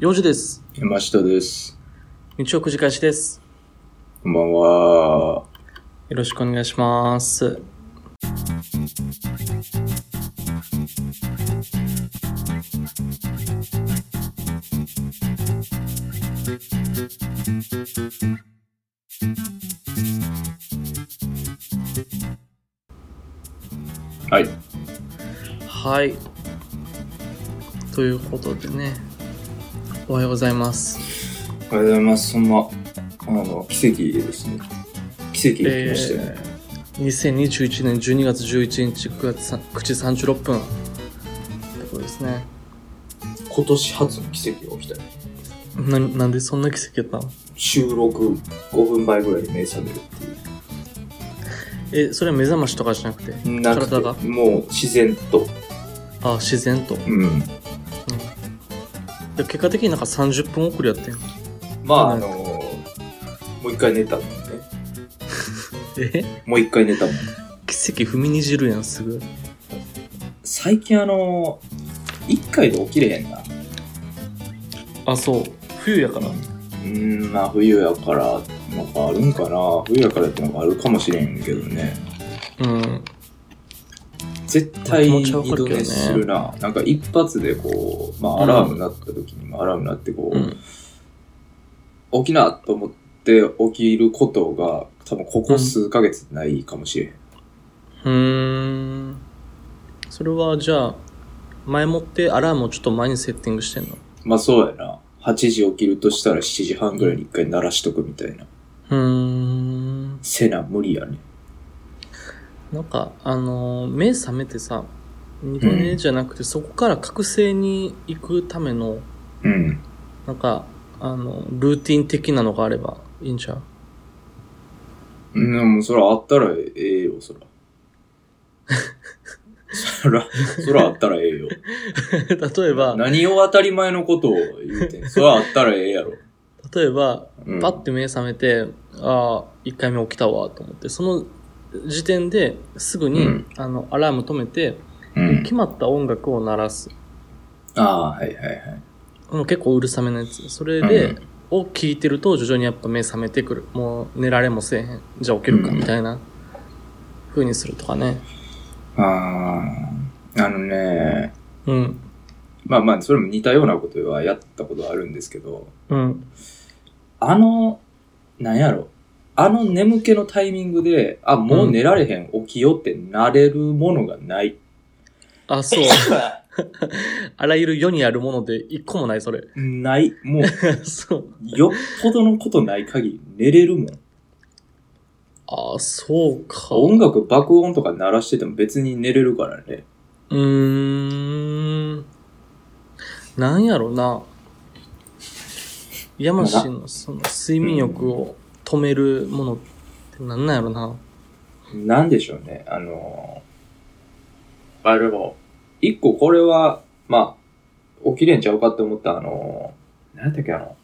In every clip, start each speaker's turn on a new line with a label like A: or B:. A: 4時です。
B: 山下です。
A: 日曜くじ開始です。
B: こんばんは。
A: よろしくお願いします。
B: はい。
A: はい。ということでね、おはようございます。
B: おはようございます。そんな、あの、奇跡ですね。奇跡が来ましたよね。
A: えー2021年12月11日9月9時36分。ってことですね。
B: 今年初の奇跡が起きたね。
A: な、なんでそんな奇跡やったの
B: 収録5分前ぐらいに目覚めるっ
A: え、それは目覚ましとかじゃなくて、
B: ていう。なく
A: 体が
B: て、もう自然と。
A: あ、自然と。
B: うん。
A: で結果的になんか30分遅れやってん。
B: まあ、
A: う
B: あ
A: ん
B: のもう一回寝たもんね。
A: え
B: もう一回寝たもん。
A: 奇跡踏みにじるやん、すぐ。
B: 最近あの一回で起きれへんな。
A: あ、そう。冬やから。
B: うーん、まあ冬やから、なんかあるんかな。冬やからってのがあるかもしれんけどね。
A: うん。
B: 絶対
A: まあ気持ちはわ
B: 二
A: かる
B: 度
A: けどね
B: 寝するな。なんか一発でこう、まあアラームなった時にもアラームなってこう、
A: うん。
B: 起きなと思って起きることが多分ここ数ヶ月ないかもしれへん。
A: うーん。それはじゃあ、前もってアラームをちょっと前にセッティングしてんの
B: まあそうやな。8時起きるとしたら7時半ぐらいに一回鳴らしとくみたいな。
A: うーん。
B: せな、無理やね。
A: なんか、あのー目覚めてさ、二度寝じゃなくて、そこから覚醒に行くための、
B: うん。
A: なんか、あの、ルーティン的なのがあればいいんちゃう
B: うん、でもそらあったらええよ、 そら。そら、そらあったらええ よ。
A: 例えば、
B: 何を当たり前のことを言うてん。そらあったらええやろ。
A: 例えば、
B: うん、
A: パッて目覚めて、ああ、1回目起きたわ、と思って、その時点ですぐに、
B: うん
A: あの、アラーム止めて、
B: うん
A: 決まった音楽を鳴らす。
B: ああー、はいはいはい。
A: うん結構うるさめのやつ。それで、
B: うん
A: を聞いてると徐々にやっぱ目覚めてくる。もう寝られもせえへん。じゃあ起きるか、
B: うん
A: みたいな風にするとかね。
B: ああ、あのね、
A: うん。
B: まあまあ、それも似たようなことはやったことはあるんですけど、
A: うん。
B: あの、なんやろ、あの眠気のタイミングで、あ、もう寝られへん、起きようってなれるものがない。
A: あ、そう。あらゆる世にあるもので一個もない、それ。
B: ない。もう、
A: そう。
B: よっぽどのことない限り寝れるもん。
A: あ、そうか。
B: 音楽爆音とか鳴らしてても別に寝れるからね。
A: うーん。なんやろな。山氏のその睡眠欲を止めるものってなんなんやろな。
B: なんでしょうね。あのー、あれも、一個これは、まあ、起きれんちゃうかって思った、あのー、なんだっけ、あの、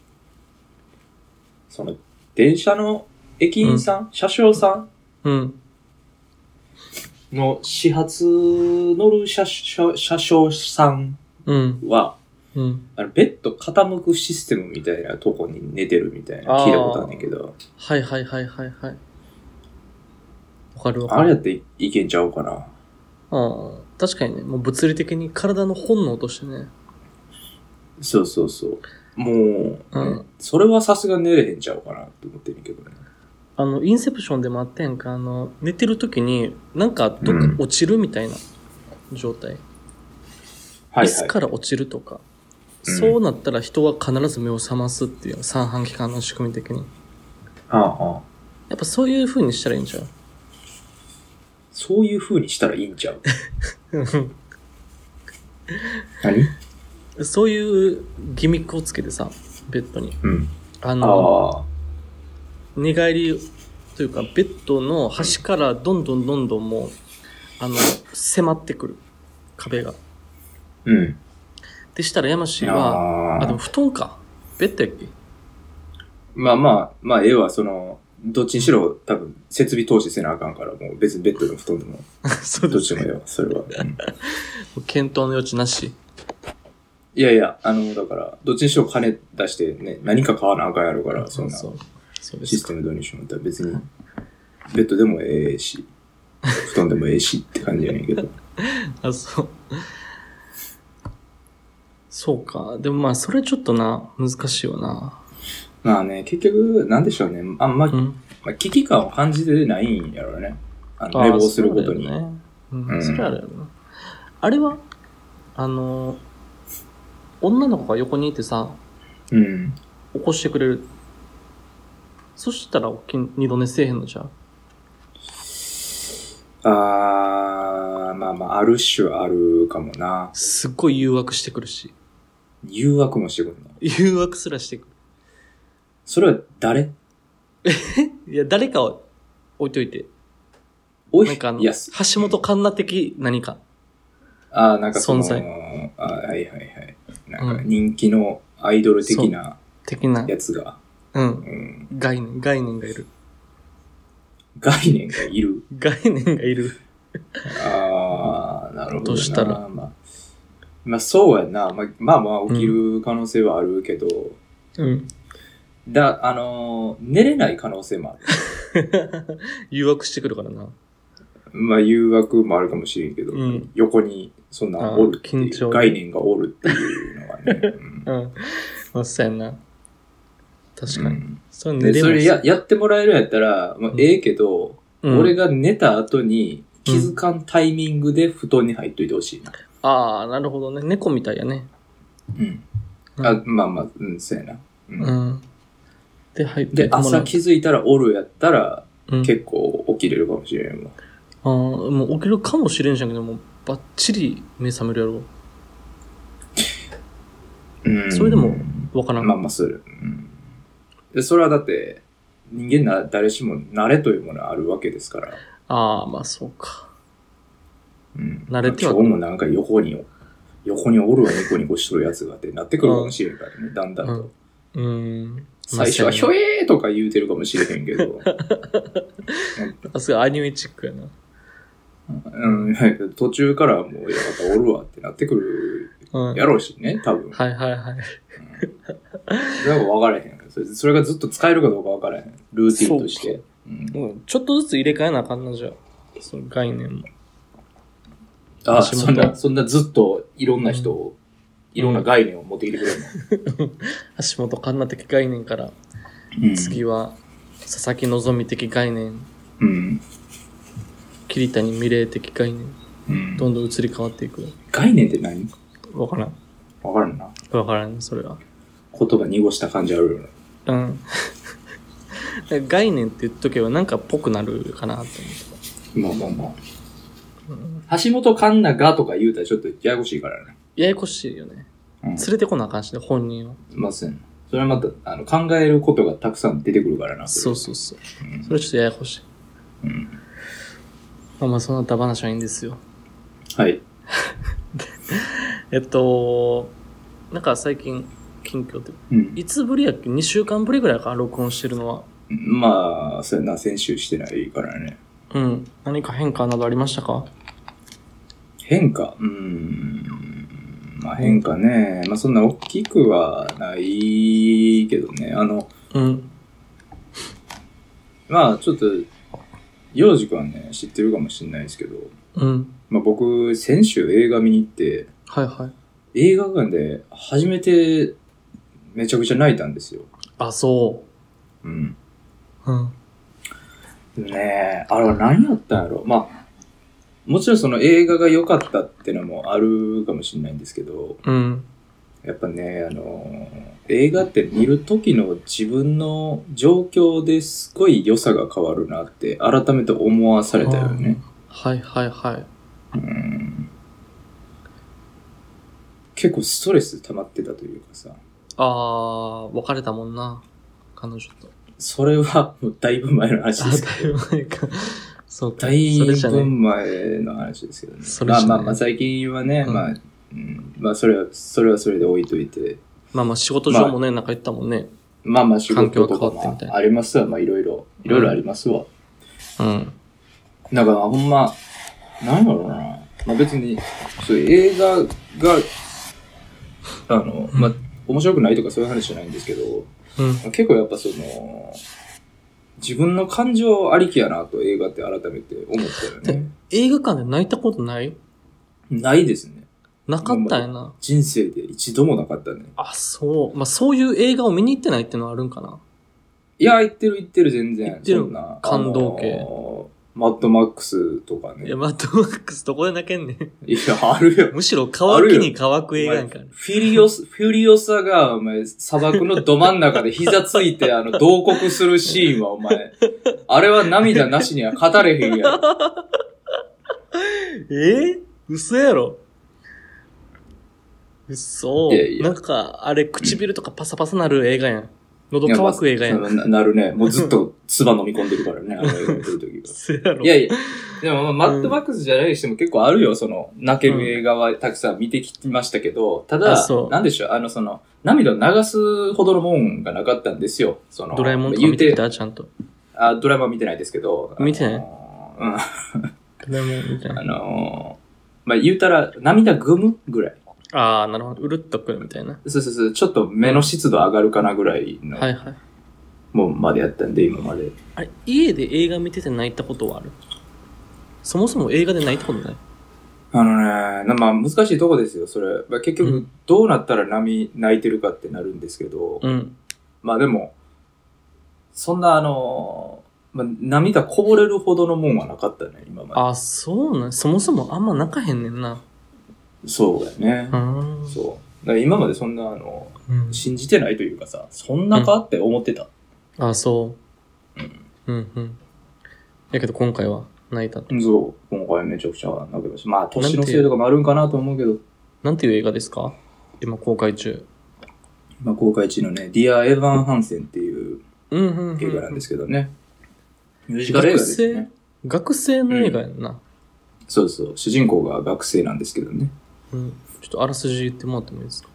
B: その、電車の駅員さん、車掌さ
A: うん。
B: んの始発乗る車車車掌さん
A: うん。
B: は、
A: うん。
B: あのベッド傾くシステムみたいなとこに寝てるみたいな聞いたことあるんだけど、
A: はいはいはいはいはい。わかるわ
B: あ
A: か
B: れ
A: る。
B: やっていいけんちゃうかな。
A: うん。確かにね、もう物理的に体の本能としてね。
B: そうそうそう。もう、
A: うん
B: それはさすが寝れへんちゃうかなって思ってるけどね。
A: あの、インセプションでもあってんか、あの、寝てる時に、なんかどっか落ちるみたいな状態。
B: はい、
A: 椅子
B: は
A: から落ちるとか、
B: うん
A: そうなったら人は必ず目を覚ますっていう三半規管の仕組み的に
B: い。はあはあ、
A: やっぱそういう風にしたらいいんちゃう
B: そういう風にしたらいいんちゃう
A: うん
B: 何
A: そういうギミックをつけてさベッドに
B: うん。
A: あ
B: あ
A: の
B: あ。
A: 寝返りというかベッドの端からどんどんどんどんもうあの迫ってくる壁が
B: うん。
A: でしたら山氏は
B: あ
A: あで
B: あ
A: も布団かベッドやっけ
B: まあまあ、まあ、絵はその、どっちにしろ多分設備投資せなあかんから、もう別にベッドでも布団でも、
A: そう
B: ど
A: で
B: っ
A: す
B: ちでもええわ、それは。うん
A: 検討の余地なし
B: いやいや、あの、だから、どっちにしろ金出してね、何か買わなあかんやろから、そんな
A: そうそうです
B: シス
A: か
B: テム導入しようと思ったら別に、ベッドでもええし、布団でもええしって感じやねんけど。
A: あそうそうかでもまあそれちょっとな難しいよな
B: まあね、結局、なんでしょうね。あんま、
A: うん
B: まあ、危機感を感じてないんやろうね。あの、
A: あ
B: 寝坊することに。
A: そうだよねう、
B: うんん
A: それあるよなあれはあの女の子が横にいてさ
B: うん。
A: 起こしてくれるそしたら起きん二度寝せえへんのじゃう
B: あー、まあまあ、ある種あるかもな。
A: すっごい誘惑してくるし
B: 誘惑もしてくるな。
A: 誘惑すらしてく
B: それは誰
A: るいや誰かを置いといて
B: お
A: なん
B: い
A: かあの、
B: いや、
A: 橋本環奈的何か。
B: あーなんかその、
A: 存在
B: あーはいはいはい。なんか
A: う
B: 人気のアイドル的な
A: 的な。
B: やつが、
A: うん。
B: うん、
A: 概念、概念がいる。
B: 概念がいる。
A: 概念がいる。
B: ああ、なるほど
A: と
B: な。
A: したら
B: まあ、まあ、そうやな。まあ、まあ、まあ、起きる可能性はあるけど、
A: うん。
B: だ、あのー寝れない可能性もある。
A: 誘惑してくるからな。
B: まあ、誘惑もあるかもしれんけど、
A: うん
B: 横にそんなおるって
A: あー
B: い
A: 緊張
B: う、概念がおるっていうのが ね。うん
A: うん。まあ、そうやな。確かに。
B: うん
A: それ
B: で
A: 寝れ
B: そ
A: ない
B: れややってもらえるんやったら、まあ
A: う、ん
B: ええけど、
A: うん、
B: 俺が寝た後に気づかんタイミングで布団に入っといてほしいな。
A: ああ、なるほどね。猫みたいやね。
B: うん。
A: うん
B: あ、まあまあ、うん、そうやな。うん
A: うん。で、入って
B: で、
A: もら
B: 朝
A: う
B: 気づいたらおるやったら、
A: うん、
B: 結構起きれるかもしれんわ。
A: ああ、もう起きるかもしれんしゃんけど、もうバッチリ目覚めるや
B: うん
A: それでもろ。わからん。
B: まあまあ、する。うん。で、それはだって、人間な、誰しも慣れというものはあるわけですから。
A: ああ、まあそうか。
B: うん。
A: 慣れては
B: 今日もなんか横に、横におるわ、ニコニコしとるやつがってなってくるかもしれんからね、だんだんと。
A: うん。
B: 最初はひょ
A: い。
B: えーとか言うてるかもしれへんけ ど。
A: あ、すごいアニメチックやな。
B: うん、途中からもう、いや、またおるわってなってくる
A: うん。
B: やろうしね、多分。
A: はいはいはい。
B: それは分からへん。それそれがずっと使えるかどうか分からへん。ルーティンとして。うん、
A: うん、ちょっとずつ入れ替えなあかんな、じゃあ。その概念も。
B: あ、
A: 橋本
B: そんな、そんなずっといろんな人を、いろんな概念を持ってきてくれる
A: 橋本環奈的概念から、
B: の。うん
A: 次は、佐々木希的概念、
B: うん。
A: 桐谷美玲的概念、
B: うん
A: どんどん移り変わっていく。
B: 概念って何
A: わからん。
B: 分からんな。
A: わからん、それは。
B: 言葉濁した感じあるよね。
A: うん。 概念って言っとけばなんかっぽくなるかなと思って。
B: まあまあま
A: うん、
B: あ。橋本環奈がとか言うたらちょっとややこしいからね。
A: ややこしいよね。
B: うん。
A: 連れてこなあかんしね、本人を。
B: ません。それはまた、あの、考えることがたくさん出てくるからな。
A: そうう。そうそう。
B: うん
A: それちょっとややこしい。
B: うん
A: まあまあ、そんなダバなしはいいんですよ。
B: はい。
A: えっと、なんか最近、近況って、
B: うん。
A: いつぶりやっけ ?2 週間ぶりぐらいかな録音してるのは。
B: まあ、そうやな、先週してないからね。
A: うん。何か変化などありましたか
B: 変化うーん。まあ変化ね。まあそんな大きくはないけどね。あの、
A: うん。
B: まあちょっと、洋二くんはね、知ってるかもしれないですけど、
A: うん。
B: まあ僕、先週映画見に行って、
A: はいはい。
B: 映画館で初めてめちゃくちゃ泣いたんですよ。
A: あ、そ
B: うん。
A: う。うん。
B: ねえ、あれは何やったんやろ。まあ、もちろんその映画が良かったってのもあるかもしれないんですけど、
A: うん。
B: やっぱね、あのー映画って見る時の自分の状況ですごい良さが変わるなって改めて思わされたよね。
A: はいはいはい。
B: うん結構ストレス溜まってたというかさ、
A: あー、別れたもんな。彼女と。
B: それはもうだいぶ前の話
A: あ、
B: ですけど。
A: だいぶ前か。そうか。
B: だい
A: それじゃ
B: ぶ
A: ね。
B: 前の話ですけどね。
A: それ
B: ま
A: じゃ
B: あ
A: ね
B: まあまあ最近はね、
A: うん
B: まあ、うん、まあそれは、それはそれで置いといて、
A: まあまあ仕事上もね、なんか言ったもんね。
B: まあまあ仕事と
A: 環境が変わって
B: か
A: み
B: も
A: た
B: ありますわ、まあいろいろ、いろいろありますわ。
A: うん。
B: だからほんま、なんだろうな。まあ別に、そういう映画があの、まあ、面白くないとかそういう話じゃないんですけど、
A: うん。
B: 結構やっぱその、自分の感情ありきやなと映画って改めて思ったよね。
A: 映画館で泣いたことない
B: ないですね。
A: なかったんやな。
B: 人生で一度もなかったね。
A: あ、そう。まあ、そういう映画を見に行ってないっていうのはあるんかな。
B: いや、言ってる言ってる全然。
A: 言ってる
B: そんな
A: 感動系
B: あのーマッドマックスとかね。
A: いや、マッドマックスどこで泣けんねん。
B: いや、あるよ。
A: むしろ乾きに乾く映画やんか
B: お
A: ら
B: 前。フィリオス、フュリオサが、お前、砂漠のど真ん中で膝ついて、あの、同国するシーンは、お前、あれは涙なしには語れへんやん。
A: えー、嘘やろ嘘
B: いやいや
A: なんか、あれ、唇とかパサパサなる映画やん。喉
B: いや
A: 乾く映画やん。
B: ななるね。もうずっと唾飲み込んでるからね、あの映画見てる時
A: 嘘やろ
B: いやいや、でも、まあマッドマックスじゃないにしても結構あるよ、その、泣ける映画はたくさん見てきましたけど、た
A: あ
B: だ
A: そ、う
B: なんでしょう、あの、その、涙を流すほどのもんがなかったんですよ。その、
A: ドラえもんとか
B: 言う
A: 見て
B: て
A: き、たちゃんと。
B: あ、ドラえもんは見てないですけど。
A: 見てない
B: あのーうん。
A: ドラえもんみたい
B: あ
A: な。
B: のーまあ、言うたら、涙ぐむぐらい。
A: ああ、なるほど。うるっとくるみたいな。
B: そうそうそう、ちょっと目の湿度上がるかなぐらいの、
A: はいはい。
B: もうまでやったんで、今まで。
A: あれ、家で映画見てて泣いたことはあるそもそも映画で泣いたことない。
B: あのね、なまあ、難しいとこですよ、それ。まあ、結
A: う
B: 局、どうなったら波泣いてるかってなるんですけど、
A: うん。
B: まあでも、そんなあのーまあ、涙こぼれるほどのもんはなかったね、今ま
A: あ、そうなん。そもそもあんま泣かへんねんな。
B: で。そうだよね
A: う。ん。
B: そう。だから今までそんな、あの、
A: うん
B: 信じてないというかさ、そんなかって思ってた。
A: あ、そう。うんうん。やけど今回は泣いた。
B: そう、今回めちゃくちゃ泣けました。まあ、年のせいとかもあるんかなと思うけど、
A: なんていう映画ですか今公開中。
B: まあ、公開中のね、ディア・エヴァン・ハンセンっていう
A: うんうん、うん。
B: 映画なんですけどね。ミュージカル映画
A: 学
B: です
A: 生
B: ね。
A: 学生の映画やんな。
B: そうそう、主人公が学生なんですけどね。
A: うん。ちょっとあらすじ言ってもらってもいいですか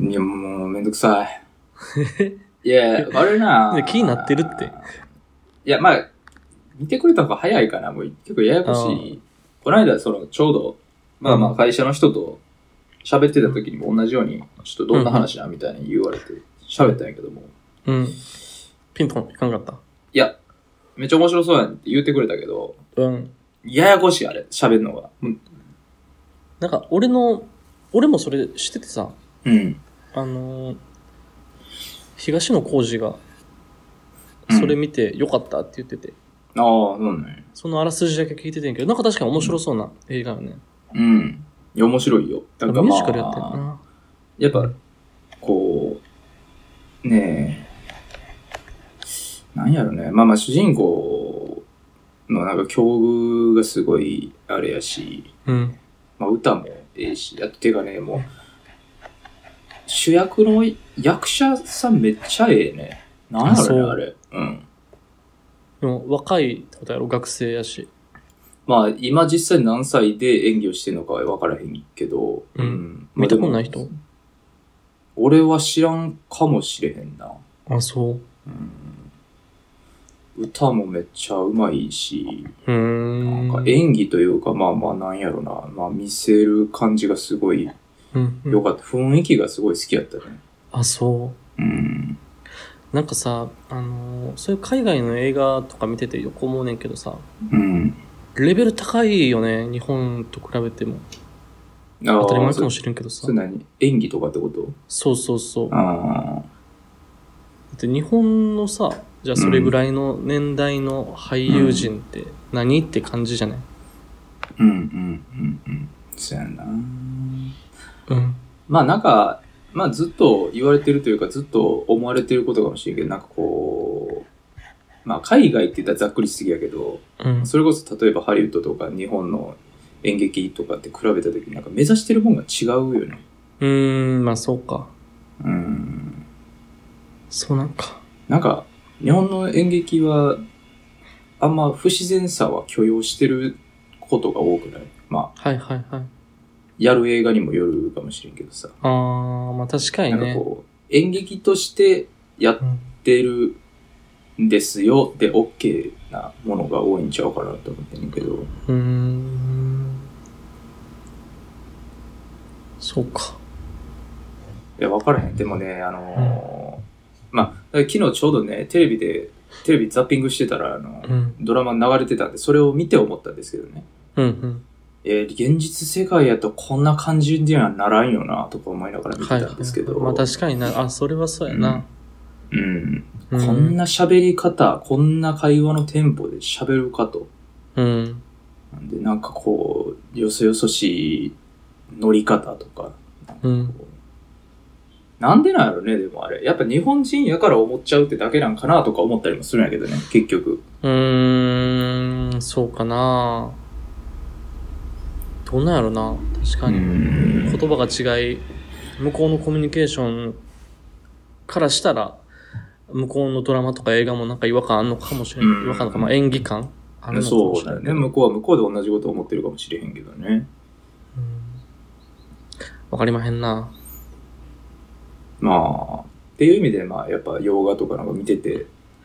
B: いや、もうめんどく さい。いや、あれな
A: ね。気になってるって。
B: いや、まあ、見てくれた方が早いかな。もう結構ややこしい。この間、その、ちょうど、まあまあ、会社の人と喋ってた時にも同じように、ちょっとどんな話なみたいに言われて喋ったんやけども。
A: うん。ピンとこいかんかった。
B: いや、めっちゃ面白そうやんって言ってくれたけど、
A: うん。や
B: ややこしいあれ、喋るのが。うん
A: なんか俺の、俺もそれ知っててさ、
B: うん。
A: あのー東野幸治が、それ見てよかったって言ってて、
B: ああ、そうね。
A: そのあらすじだけ聞いててんけど、なんか確かに面白そうな映画よね。
B: うん。いや、面白いよ。なんか
A: ミュ
B: ま
A: ージ
B: あ、
A: カルやってんな。
B: やっぱ、こう、ねえ、なんやろね。まあまあ、主人公のなんか境遇がすごいあれやし、
A: うん。
B: まあ歌もええし、あとてかね、もう、主役の役者さんめっちゃええね。なんや
A: あそう
B: ろね、あれ。うん。
A: でも若いってことやろ、学生やし。
B: まあ、今実際何歳で演技をしてるのかは分からへんけど、
A: うん
B: まあ
A: 見たことない
B: でも
A: 人
B: 俺は知らんかもしれへんな。
A: あ、そう。
B: 歌もめっちゃうまいし、
A: うー
B: なん
A: ん。
B: か演技というか、まあまあなんやろな、まあ見せる感じがすごい
A: うんうん
B: 良かった。雰囲気がすごい好きやったね。
A: あ、そう。
B: うん。
A: なんかさ、あのーそういう海外の映画とか見ててよく思うねんけどさ、
B: うん。
A: レベル高いよね、日本と比べても。
B: 当
A: 当たり前かもしれんけどさ
B: それ。何演技とかってこと
A: そうそうそう。だ
B: ああ。
A: って日本のさ、じゃあそれぐらいの年代の俳優陣って何、って感じじゃない
B: うんうんうんうん。そうやな。
A: うん。
B: まあなんか、まあずっと言われてるというかずっと思われてることかもしれんけど、なんかこう、まあ海外って言ったらざっくりしすぎやけど、
A: うん。
B: それこそ例えばハリウッドとか日本の演劇とかって比べた時になんか目指してるもんが違うよね。
A: うーん、まあそうか。
B: うん。
A: そうなんか。
B: なんか日本の演劇はあんま不自然さは許容してることが多くないまあ、
A: はいはいはい。
B: やる映画にもよるかもしれんけどさ。
A: あー、まあ確かに
B: なんか
A: ね。
B: こう、演劇としてやっ
A: うん
B: ってるんですよで OK なものが多いんちゃうかなと思ってんけど
A: うーん。そうか。
B: いや、わからへん。でもね、あのーまあ、昨日ちょうどね、テレビで、テレビザッピングしてたら、あの、
A: うん。
B: ドラマ流れてたんで、それを見て思ったんですけどね。
A: うん。
B: えー現実世界やとこんな感じにはならんよな、とか思いながら
A: うん。
B: 見て
A: はい
B: た。んですけど。
A: まあ確かにな。あ、それはそうやな。
B: うん。
A: う
B: こん。な喋り方、こんな会話のテンポで喋るかと。
A: うん。
B: なんで、なんかこう、よそよそしい乗り方とか。
A: うん。
B: なんでなんやろね、でもあれ。やっぱ日本人やから思っちゃうってだけなんかなとか思ったりもするんやけどね、結局。
A: うーん、そうかな。どうなんやろな。確かに。言
B: ん。
A: 葉が違い、向こうのコミュニケーションからしたら、向こうのドラマとか映画もなんか違和感あんのかもしれ
B: うん
A: ん。違和感とか、まあ演技感あるのか
B: そ
A: も
B: う
A: しれ
B: だ
A: な
B: よ
A: い
B: ね。向こうは向こうで同じこと思ってるかもしれへんけどね。
A: わかりまへんな。
B: まあ、っていう意味で、まあ、やっぱ洋画とかなんか見てて、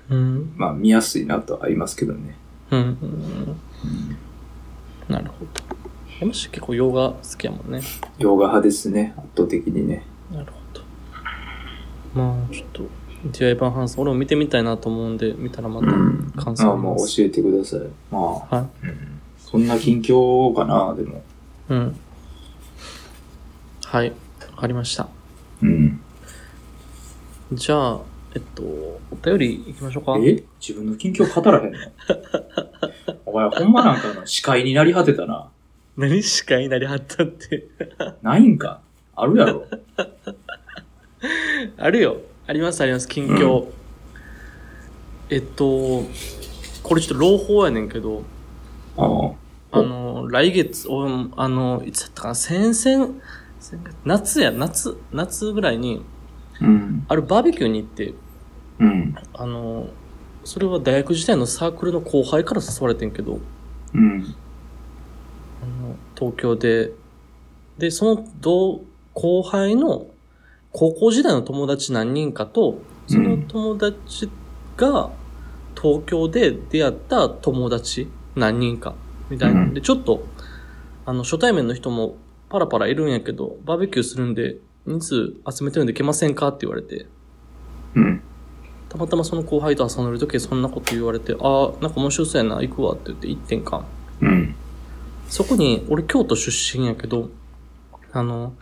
A: うん。
B: まあ、見やすいなとはありますけどね。
A: うん。うんなるほど。山下結構洋画好きやもんね。
B: 洋画派ですね、圧倒的にね。
A: なるほど。まあ、ちょっと、ディアイバンハンス、俺も見てみたいなと思うんで、見たらま
B: うん
A: た感想
B: あ
A: を
B: まあ、教えてください。まあ、
A: はい。
B: うんそんな近況かな、でも。
A: うん。はい。わかりました。
B: うん。
A: じゃあ、えっと、お便り行きましょうか。
B: え自分の近況語らへんのお前、ほんまなんかの司会になり果てたな。
A: 何しかいなりはったって。
B: ないんかあるやろ。
A: あるよ。ありますあります。近況。えっと、これちょっと朗報やねんけど、
B: あ
A: あの、来月、おあの、いつだったかな、先々、先々夏や、夏、夏ぐらいに、
B: あ。うん。
A: あるバーベキューに行って、
B: うん。
A: あの、それは大学時代のサークルの後輩から誘われてんけど、
B: うん。
A: あの東京で、で、その同後輩の高校時代の友達何人かと、その友達が東京で出会った友達何人かみたいなんで、ちょっと、あの、初対面の人もパラパラいるんやけど、バーベキューするんで、人数集めてるんで来ませんかって言われて、
B: うん。
A: たまたまその後輩と遊んでる時そんなこと言われて、ああ、なんか面白そうやな、行くわって言って行ってんか。
B: うん。
A: そこに、俺京都出身やけど、あの、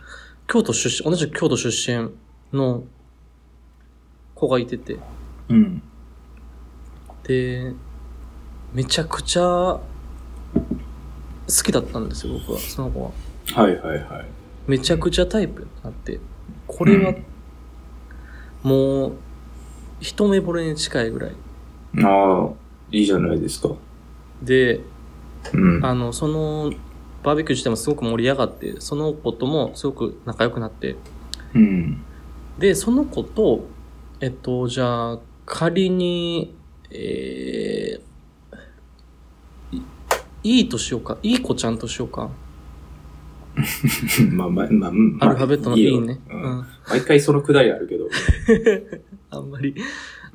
A: 京都出身、同じく京都出身の子がいてて、
B: うん。
A: で、めちゃくちゃ好きだったんですよ、僕は、その子は。
B: はいはいはい。
A: めちゃくちゃタイプになって、これは
B: うん
A: もう、一目惚れに近いぐらい。
B: ああ、いいじゃないですか。
A: で、
B: うん。
A: あの、その、バーベキュー自体もすごく盛り上がって、その子ともすごく仲良くなって、
B: うん。
A: で、その子と、えっと、じゃあ、仮に、えーいいいとしようか。いい子ちゃんとしようか。
B: まあまあ、まあ、うん
A: アルファベットのいいね。
B: う。
A: うんん。
B: 毎回そのくだりあるけど。
A: あんまり、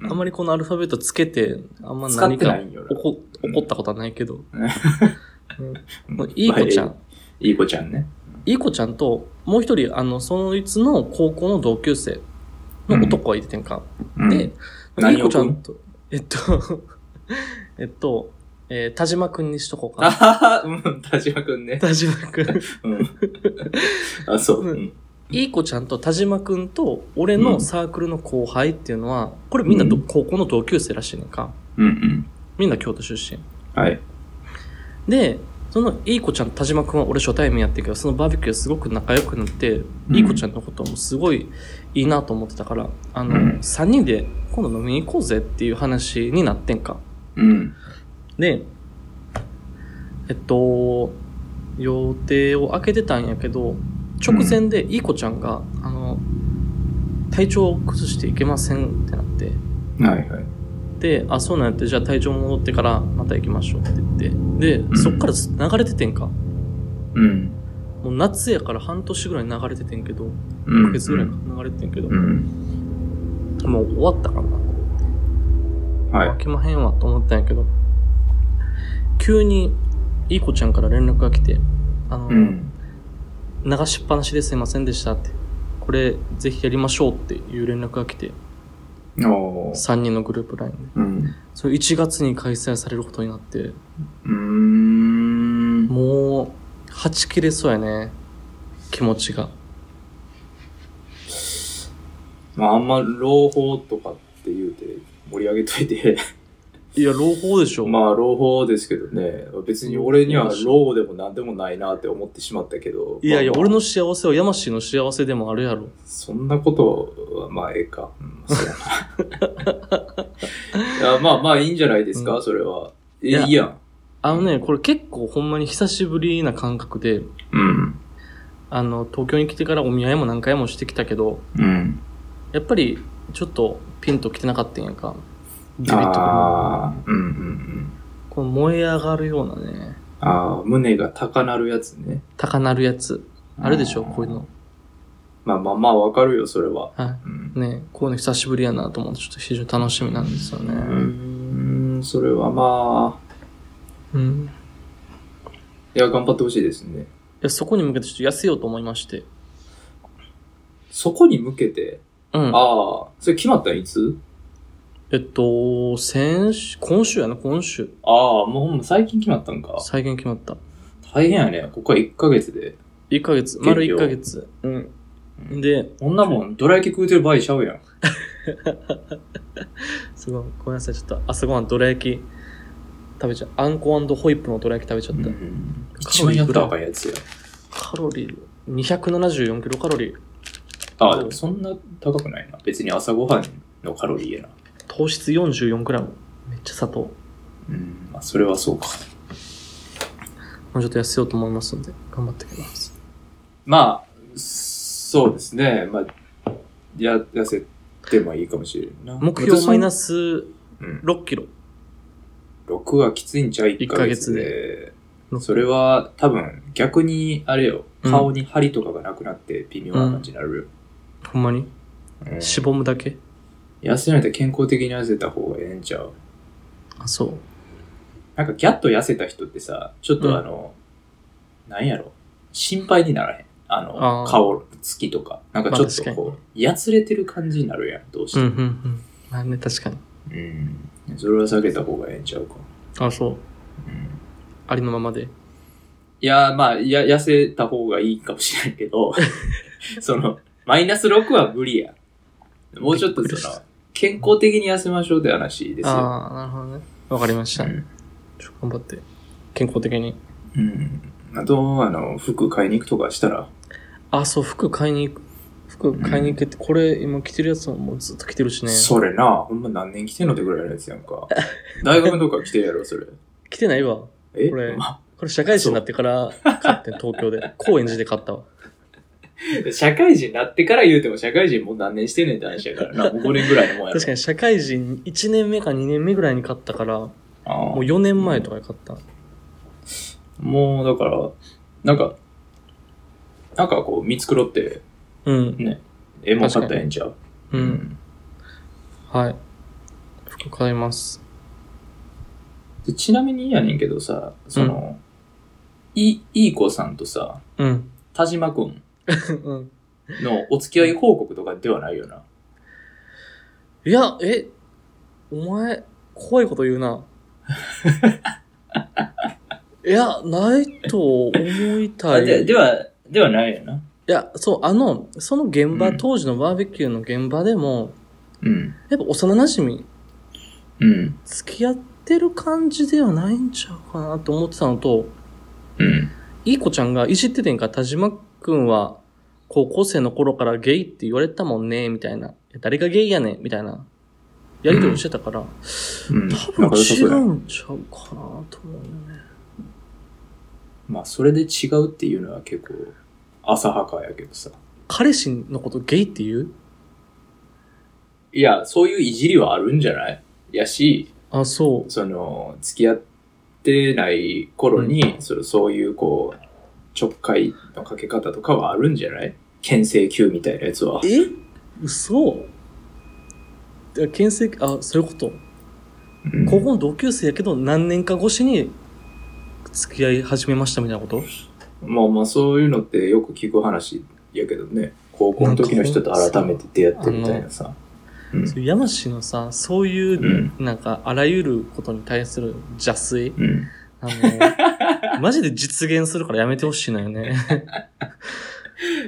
A: あんまりこのアルファベットつけて、あんま
B: 使っ
A: 何
B: てな
A: か
B: いんよな
A: 怒怒ったことはないけど。
B: うん
A: もういい子ちゃ
B: まあ
A: ん。
B: いい子ちゃんね。
A: いい子ちゃんと、もう一人、あの、そいつの高校の同級生の男がいててんか。
B: うん
A: で、いい
B: 何
A: 子
B: を
A: ちゃんと、えっと、 えっと、えー田島くんにしとこうか
B: あ
A: な。
B: はは、うん、田島くんね。
A: 田島く ん。
B: うん。あ、そう。
A: う
B: うんん。
A: いい子ちゃんと田島くんと俺のサークルの後輩っていうのは、これみんなど、
B: うん
A: 高校の同級生らしいねんか。
B: うんうん。
A: みんな京都出身。
B: はい。
A: で、そのいい子ちゃんと田島くんは俺初対面やってるけど、そのバーベキューですごく仲良くなって、いい子ちゃんのこともすごいいいなと思ってたから、あの、
B: うん
A: 3人で今度飲みに行こうぜっていう話になってんか。
B: うん。
A: で、えっと、予定を空けてたんやけど、直前でいい子ちゃんが、あの、体調を崩していけませんってなって、
B: はいはい。
A: で、あ、そうなんやって、じゃあ体調戻ってからまた行きましょうって言って、で、
B: ん
A: そっから流れててんか。
B: うん。
A: もう夏やから半年ぐらい流れててんけど、
B: うん。
A: 1ヶ月ぐらいか流れててんけど
B: う、ん。
A: もう終わったかな。
B: はい。
A: 飽きまへんわと思ったんやけど、急にいい子ちゃんから連絡が来て、あの、
B: うん。
A: 流しっぱなしですいませんでしたって。これぜひやりましょうっていう連絡が来て、
B: おー
A: 3人のグループラインで。
B: うん。
A: それ1月に開催されることになって、
B: うーん。
A: もう、はち切れそうやね。気持ちが。
B: まあ、あんま、朗報とかって言うて、盛り上げといて。
A: いや、朗報でしょ。
B: まあ、朗報ですけどね。別に俺には朗報でも何でもないなって思ってしまったけど。
A: いやいや、
B: まあ
A: 俺の幸せはヤマシーの幸せでもあるやろ。
B: そんなことは、まあ、ええか。うんそ うやないやまあまあ、いいんじゃないですか、
A: うん
B: それは。えい
A: いや
B: いやん。
A: あのね、これ結構ほんまに久しぶりな感覚で、
B: うん。
A: あの、東京に来てからお見合いも何回もしてきたけど、
B: うん。
A: やっぱりちょっとピンと来てなかったんやんか。ビビッとくる。
B: ああ、うんうんうん。
A: この燃え上がるようなね、
B: ああ、胸が高鳴るやつね。
A: 高鳴るやつ。あるでしょ、
B: ん
A: こういうの。。
B: まあまあまあ、わかるよ、それは。
A: は
B: うん
A: い。ね、こういうの久しぶりやなと思って、ちょっと非常に楽しみなんですよ
B: う
A: ね。
B: ーん、それはまあ、
A: うん。
B: いや、頑張ってほしいですね。
A: いや、そこに向けてちょっと痩せようと思いまして。
B: そこに向けて、
A: うん。
B: ああ、それ決まったんいつ
A: えっと、先週、今週やな、今週。
B: ああ、もうほんま最近決まったんか。
A: 再現決まった。
B: 大変やね。ここは1ヶ月で。
A: 1ヶ月、
B: 減量
A: 丸1ヶ月。うん。で、
B: こんなもん、どら焼き食うてる場合ちゃうやん。
A: すごい、ごめんなさい、ちょっと朝ごはんどら焼き食べちゃあんこホイップのどら焼き食べちゃった。
B: うん一番やったらあかんやつや。
A: カロリー、274キロカロリー。
B: ああ、でもそんな高くないな。別に朝ごはんのカロリーやな。
A: 糖質44グラム。めっちゃ砂糖。も
B: うん、まあ、それはそうか。
A: うちょっと痩せようと思いますんで、頑張ってきます。
B: まあ、そうですね。まあ、や、痩せてもいいかもしれんな。
A: 目標マイナ
B: ス。
A: ス
B: うん。
A: 6キロ。
B: 6はきついんちゃう1ヶ月
A: 一
B: で。
A: ヶ月で
B: それは多分逆にあれよ、
A: うん
B: 顔に針とかがなくなって微妙な感じになるよ。
A: ほんまに
B: うん
A: しぼむだけ
B: 痩せないと健康的に痩せた方がええんちゃう
A: あ、そう。
B: なんかギャッと痩せた人ってさ、ちょっ
A: うん
B: とあの、なんやろ、心配にならへん。あの、
A: あー
B: 顔つきとか。なんかちょっと
A: まあ確かに
B: こう、やつれてる感じになるやん、どう
A: う
B: して
A: ん、う
B: も
A: ん、うん。まあね、確かに。
B: うん。それは避けた方がええんちゃうか。
A: あ、そう。
B: うん。
A: ありのままで。
B: いや、まあ、や、痩せた方がいいかもしれんけ ど、その、マイナス6は無理や。もうちょっと
A: びっくり
B: そ
A: し
B: の、健康的に痩せましょうって話ですよ。
A: ああ、なるほどね。わかりました。
B: うん
A: ちょ頑張って。健康的に。
B: うん。あと、あの、服買いに行くとかしたら、
A: あ、そう、服買いに行く。服買いに行けって、これ今着てるやつももうずっと着てるしね。
B: それな、ほんま何年来てんのってぐらいのやつやん か。大学とか来てるやろ、それ。
A: 着てないわ。
B: え
A: これ
B: ま、
A: これ社会人になってから買ってん、東京で。高円寺で買ったわ。
B: 社会人になってから言うても、社会人もう何年してんねんって話やからな、もう5年ぐらいのもんやろ。
A: 確かに社会人1年目か2年目ぐらいに買ったから、も
B: あー
A: う4年前とかに買った。
B: もう、だから、なんか、なんかこう、見繕って、
A: うん。
B: ね、絵も買ったらええんちゃう
A: うん。はい。服買います。
B: でちなみにやねんけどさ、その、い、いい子さんとさ、
A: うん。
B: 田島くん
A: うん。
B: のお付き合い報告とかではないよな。
A: いや、え、お前、怖いこと言うな。 いや、ないと思いたい。
B: で
A: い
B: では、ではないよな。
A: や、そう、あの、その現場、
B: うん
A: 当時のバーベキューの現場でも、
B: うん。
A: やっぱ幼馴染
B: うん。
A: 付き合ってる感じではないんちゃうかなと思ってたのと、
B: うん。
A: いい子ちゃんがいじっててんか、田島くんは、高校生の頃からゲイって言われてたもんね、みたいな。いや誰がゲイやねん、みたいな。やりとりしてたから、
B: うん。
A: 多
B: な
A: 分
B: んか良さ
A: 違
B: そうやん
A: うんちゃうかなと思うね。
B: まあ、それで違うっていうのは結構、浅はかやけどさ。
A: 彼氏のことゲイって言う
B: いや、そういういじりはあるんじゃないやし、
A: あ、そう。
B: その、付き合ってない頃に、そのそういうこう、ちょっかいのかけ方とかはあるんじゃない牽制級みたいなやつは。
A: え嘘いや牽制、あ、そういうこと。
B: うん
A: 高校の同級生やけど何年か越しに付き合い始めましたみたいなこと
B: まあまあ、そういうのってよく聞く話やけどね。高校の時の人と改めて出会ってみたいなさ。うん
A: そういう山氏のさ、そういう、
B: う
A: なんか、あらゆることに対する邪推、
B: うん。
A: あの、マジで実現するからやめてほしいのよね。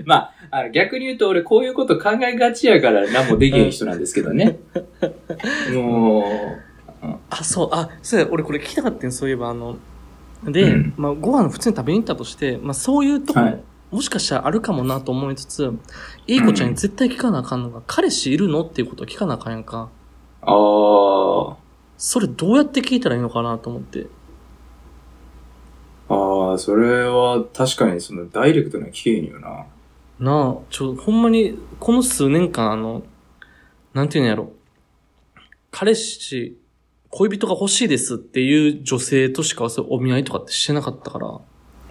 B: まあ、あの逆に言うと俺こういうこと考えがちやから何もできへん人なんですけど ね。も
A: あ、そう、あ、そうや、俺これ聞きたかったんそういえば、あの、で、
B: うん
A: まあ、ご飯普通に食べに行ったとして、まあ、そういうとこも、
B: はい
A: もしかしたらあるかもなと思いつつ、いい子ちゃんに絶対聞かなあかんのが、彼氏いるのっていうことを聞かなあかんやんか。
B: う、ああ、
A: それどうやって聞いたらいいのかなと思って。
B: ああ、それは確かにそのダイレクトな危険よな。
A: なあ、ちょ、ほんまに、この数年間、あの、なんていうんやろ。彼氏、恋人が欲しいですっていう女性としかそういうお見合いとかってしてなかったから、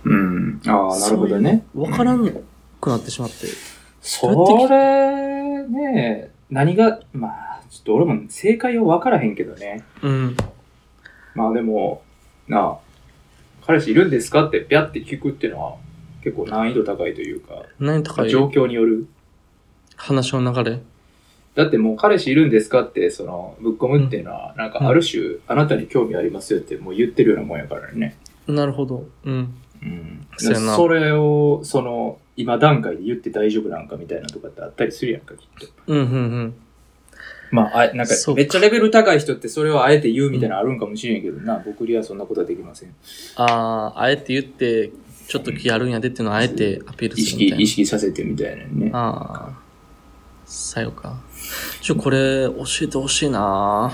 B: うん。ああ、なるほどね。
A: わから
B: うん。
A: んくなってしまって。
B: それ、ね何が、まあ、ちょっと俺も正解は分からへんけどね。
A: うん。
B: まあでも、なあ、彼氏いるんですかってピャって聞くっていうのは結構難易度高いというか、
A: 何高い
B: 状況による。
A: 話の流れ
B: だってもう彼氏いるんですかって、その、ぶっ込むっていうのは、なんかある種、あなたに興味ありますよってもう言ってるようなもんやからね。
A: なるほど。うん。
B: うん。
A: そうやな
B: それを、その、今段階で言って大丈夫なんかみたいなとかってあったりするやんか、きっと。
A: うん、うん、うん。
B: まあ、あなんか
A: そう、か
B: めっちゃレベル高い人ってそれをあえて言うみたいなのあるんかもしれんけどな、僕にはそんなことはできません。
A: ああ、あえて言って、ちょっと気あるんやでっていうのをあえてアピール
B: 意
A: するみ
B: 識、
A: たいな。
B: 意識させてみたいなね。
A: ああ。さよか。ちょ、これ、教えてほしいな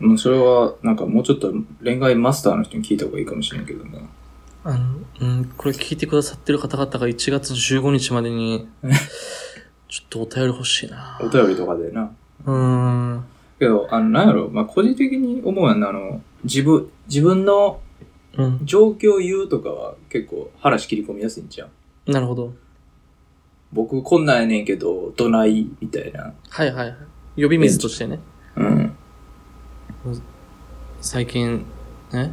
B: もうそれは、なんかもうちょっと恋愛マスターの人に聞いた方がいいかもしれんけどな。
A: あの、うん、これ聞いてくださってる方々が1月15日までに、ちょっとお便り欲しいな
B: お便りとかでな。
A: うーん。
B: けど、あの、なんやろ、まあ、個人的に思うのは、あの、自分、自分の
A: うん。
B: 状況を言うとかは結構話切り込みやすいんじゃん。
A: なるほど。
B: 僕こんなんやねんけど、どないみたいな。
A: はいはいはい。呼び水としてね。
B: うん。
A: 最近、ね、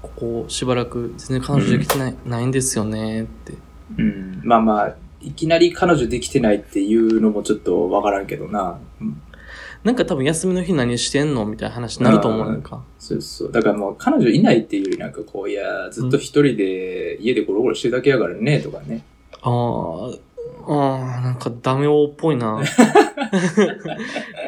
A: ここしばらく全然彼女できてない,、ん、ないんですよねって。
B: うん。まあまあ、いきなり彼女できてないっていうのもちょっとわからんけどな。うん
A: なんか多分休みの日何してんのみたいな話になると思うやんか。
B: そうそう。だからもう彼女いないっていうよりなんかこう、いや、ずっと一人で家でゴロゴロしてるだけやからね、とかね。
A: あーあー、なんかダメ男っぽい な。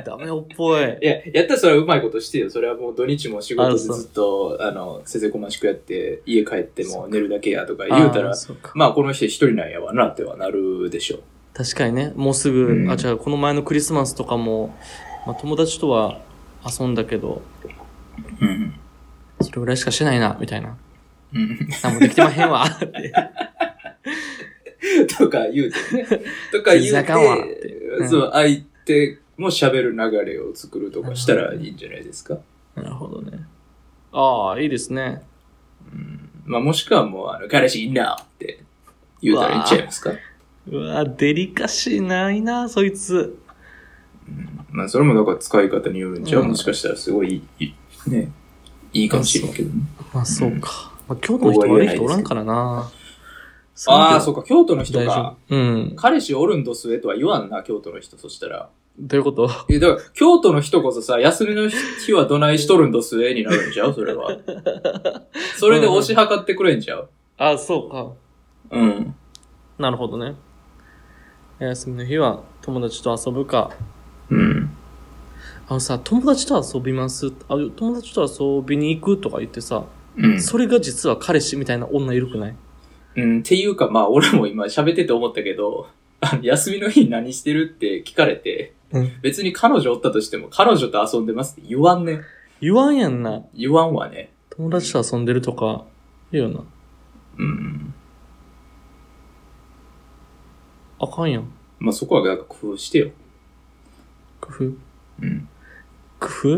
A: ダメ男っぽい。
B: いや、やったらそれはうまいことしてよ。それはもう土日も仕事で
A: あそう
B: ずっと、あの、せぜこましくやって、家帰ってもう寝るだけやとか言うた
A: あ
B: ら
A: ー、そうか
B: まあこの人一人なんやわなってはなるでしょう。
A: 確かにね、もうすぐ、
B: うん
A: あ、違う、この前のクリスマスとかも、まあ、友達とは遊んだけど、
B: うん。
A: それぐらいしかしてないな、みたいな。
B: うん。
A: 何もできてまへんわ、って。
B: とか言うて、ね、とか言
A: 全然あかんわっ
B: う
A: て
B: て、
A: うん
B: そう、相手も喋る流れを作るとかしたらいいんじゃないですか。
A: なるほどね。ああ、いいですね。
B: うんまあ、もしくはもう、あの、彼氏いんなって言うたらいいんちゃいますか。
A: うわ、デリカシーないな、そいつ。
B: うんまあ、それもなんか使い方によるんちゃう、
A: うん
B: もしかしたらすごいいい、ね、いいかもしれんけどね。
A: まあ、そうか。まあ、京都の人悪い人おらんからな。
B: ああ、そううか、京都の
A: か
B: 人か。。
A: うん。
B: 彼氏おるんどすえとは言わんな、京都の人、そしたら。
A: どういうこと
B: え、だから、京都の人こそさ、休みの日はどないしとるんどすえになるんちゃうそれ は。それで押し量ってくれんちゃう
A: ああ、そうか。
B: うん。
A: なるほどね。えー休みの日は友達と遊ぶか。
B: うん。
A: あのさ、友達と遊びます。あ友達と遊びに行くとか言ってさ、
B: うん。
A: それが実は彼氏みたいな女いるくない
B: うん、っていうか、まあ、俺も今喋ってて思ったけど、 あの休みの日何してるって聞かれて、
A: うん
B: 別に彼女おったとしても、彼女と遊んでますって言わんね。
A: 言わんやんな。
B: 言わんわね。
A: 友達と遊んでるとか、言うよな。
B: うん。
A: あかんやん。
B: まあ、そこはなんか工夫してよ。
A: 工夫
B: うん。
A: 工夫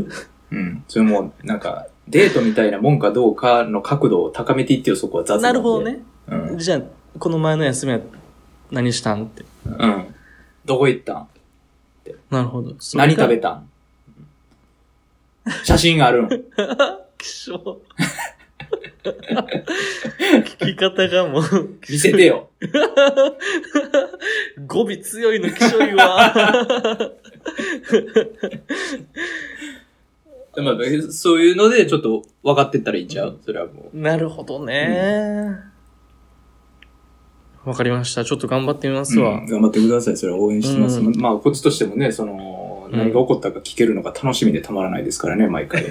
B: うん。それも、なんか、デートみたいなもんかどうかの角度を高めていってよ、そこは雑談で
A: なるほど。ね。
B: うん。
A: じゃあ、この前の休みは何したんって。
B: うん。どこ行ったん
A: なるほど。それ
B: 何
A: が
B: 食べたん写真があるん
A: 気象聞き方がもう、
B: 見せてよ。
A: 語尾強いのきしょいわ。
B: まあ、そういうので、ちょっと分かってったらいいんちゃうそれはも
A: なるほどね。わ、かりました。ちょっと頑張ってみます
B: う。
A: わ。
B: 頑張ってください。それは応援
A: してますうん
B: まあ、こっちとしてもね、その、
A: うん
B: 何が起こったか聞けるのが楽しみでたまらないですからね、毎 回。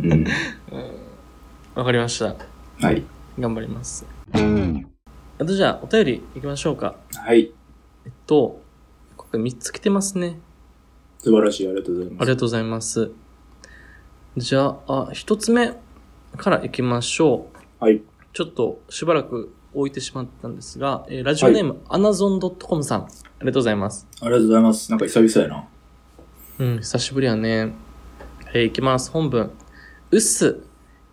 B: うん。
A: うんわ、かりました。
B: はい。
A: 頑張ります。あとじゃあ、お便り行きましょうか。
B: はい。
A: えっと、今回3つ来てますね。
B: 素晴らしい。ありがとうござい
A: あ
B: ま
A: り
B: す。
A: がとうございます。じゃあ、一つ目から行きましょう。
B: はい。
A: ちょっとしばらく置いてしまったんですが、えーラジオネーム、アナゾン .com さん。ありがとうございます。
B: ありがとうございます。なんか久々やな。
A: うん、久しぶりやね。えー、いきます。本文。うっす。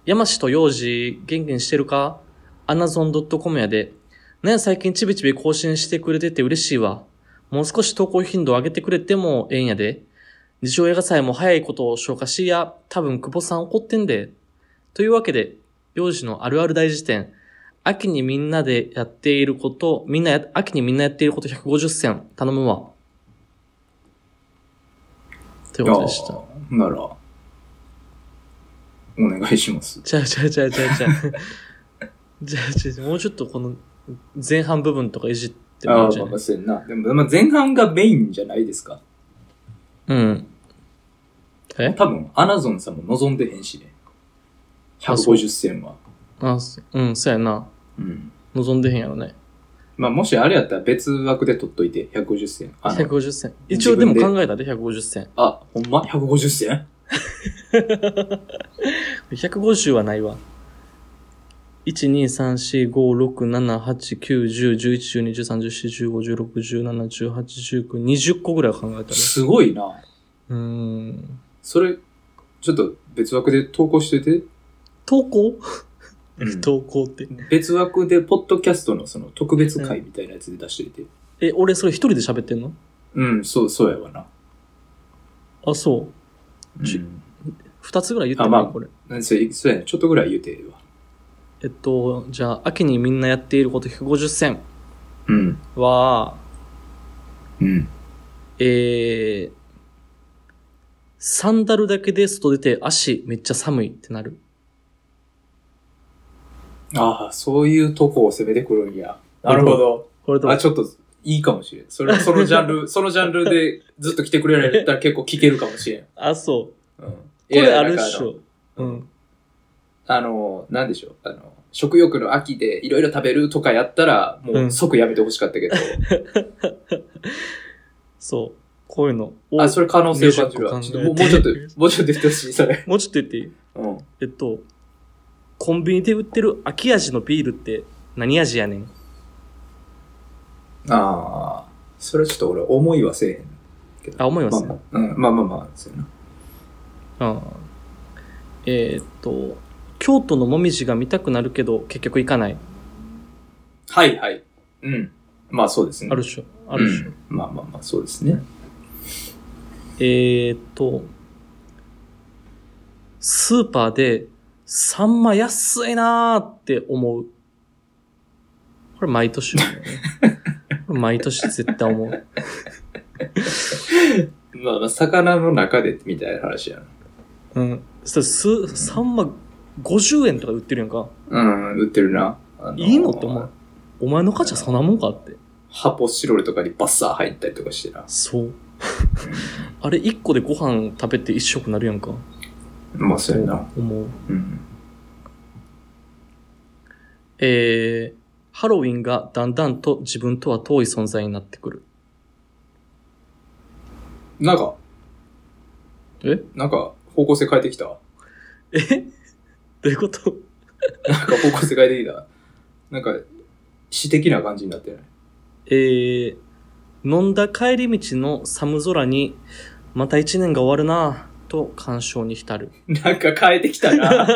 A: 山氏と幼児、元気にしてるかアナゾン .com やで。なんや最近ちびちび更新してくれてて嬉しいわ。もう少し投稿頻度上げてくれてもええんやで。日曜映画祭も早いことを消化しや、多分久保さん怒ってんで。というわけで、幼児のあるある大辞典。秋にみんなでやっていること、みんなや、秋にみんなやっていること150選頼むわ。ということでした
B: あ。ーなら、お願いします。
A: ちゃうちゃうちゃうちゃうちゃう。 じゃあ、ちょ、もうちょっとこの前半部分とかいじってもいい
B: あ
A: ん
B: あ、
A: じゃない
B: 任せんな。でも、まあ、前半がメインじゃないですか。
A: うん。え
B: 多分、アナゾンさんも望んでへんしね。
A: あそう
B: 150銭は。
A: あ、そうん、そうやな。
B: うん。
A: 望んでへんやろね。
B: まあ、もしあれやったら別枠で取っといて、150銭。あの、
A: 150銭。一応でも考えたで、150銭。
B: あ、ほんま ?150 銭
A: 150はないわ。1、2、3、4、5、6、7、8、9、10、11、12、13、14、15、16、17、18、19、20個ぐらいは考えたら。
B: すごいな。
A: うーん。
B: それ、ちょっと別枠で投稿してて。
A: 投稿、
B: う ん
A: 投稿って。
B: 別枠で、ポッドキャストのその特別会みたいなやつで出していて。
A: え、俺それ一人で喋ってんの
B: うん、そう、そうやわな。
A: あ、そう。ち
B: うん
A: 二つぐらい言っても
B: あ
A: いい
B: まあ
A: これ。
B: なんせ、そうやね。ちょっとぐらい言うてええわ。
A: えっと、じゃあ、秋にみんなやっていること150選
B: うん。
A: は、
B: うん。
A: えー、サンダルだけで外出て足めっちゃ寒いってなる。
B: ああ、そういうとこを攻めてくるんや。なるほど。
A: これと
B: あ、ちょっと、いいかもしれん。 それ、そのジャンル、そのジャンルでずっと来てくれないんだったら結構聞けるかもしれん。
A: あ、そう。
B: うん。こ
A: これあるっしょ。う。
B: うんあの、なんでしょう。あの、食欲の秋でいろいろ食べるとかやったら、も
A: うん
B: う即やめてほしかったけど、
A: そう。こういうの。
B: あ、それ可能性を感じるわ。
A: 20
B: ちょっともう
A: 考え
B: もう
A: て
B: ちょっと、もうちょっと言ってほしい、それ。
A: もうちょっと言っていい
B: うん。
A: えっと、コンビニで売ってる秋味のビールって何味やねん。
B: ああ、それちょっと俺、思いはせえへん。
A: あ、思いま
B: ますあ
A: ね。
B: まあ、うん、まあまあまあ、そうやな。
A: ああえーっと、京都のもみじが見たくなるけど、結局行かない。
B: はいはい。うん。まあそうですね。
A: あるっしょ。あるっしょ。
B: うんまあまあまあ、そうですね。
A: えーっと、スーパーで、サンマ安いなーって思う。これ毎年思うよ ね。これ毎年絶対思う。
B: まあまあ、魚の中で、みたいな話やな。
A: うん。そす、サンマ50円とか売ってるやんか。
B: うん、売ってるな。あー
A: いいのって思う。お前の価値はそんなもんかって。
B: ハポシロルとかにバッサー入ったりとかしてな。
A: そう。 あれ1個でご飯食べて1食なるやんか。
B: まあ、そうやな。
A: 思う。
B: うん。
A: えー、ハロウィンがだんだんと自分とは遠い存在になってくる。
B: なんか、
A: え
B: なんか、方向性変えてきたなん
A: え どういうこと
B: か方向性変えてきたなんか、詩的な感じになってない
A: えー、飲んだ帰り道の寒空に、また一年が終わるなぁ、と感傷に浸る。
B: なんか変えてき たな。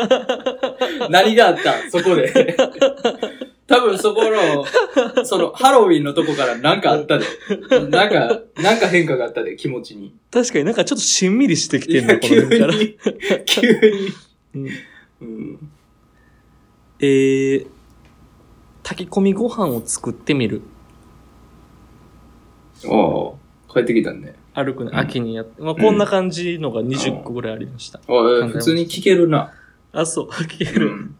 B: 何があったそこで。多分そこの、その、ハロウィンのとこからなんかあったで。なんか、なんか変化があったで、気持ちに。
A: 確かになんかちょっとしんみりしてきてんの、この
B: 急
A: 辺から。
B: に、急に。
A: うん
B: うん。
A: えー、炊き込みご飯を作ってみる。
B: ああ、帰ってきたね。
A: 歩くね、
B: うん
A: 秋にやって。まあ、こんな感じのが20個ぐらいありました。
B: ああ、普通に聞けるな。
A: あ、そう、聞け
B: う
A: る。
B: ん、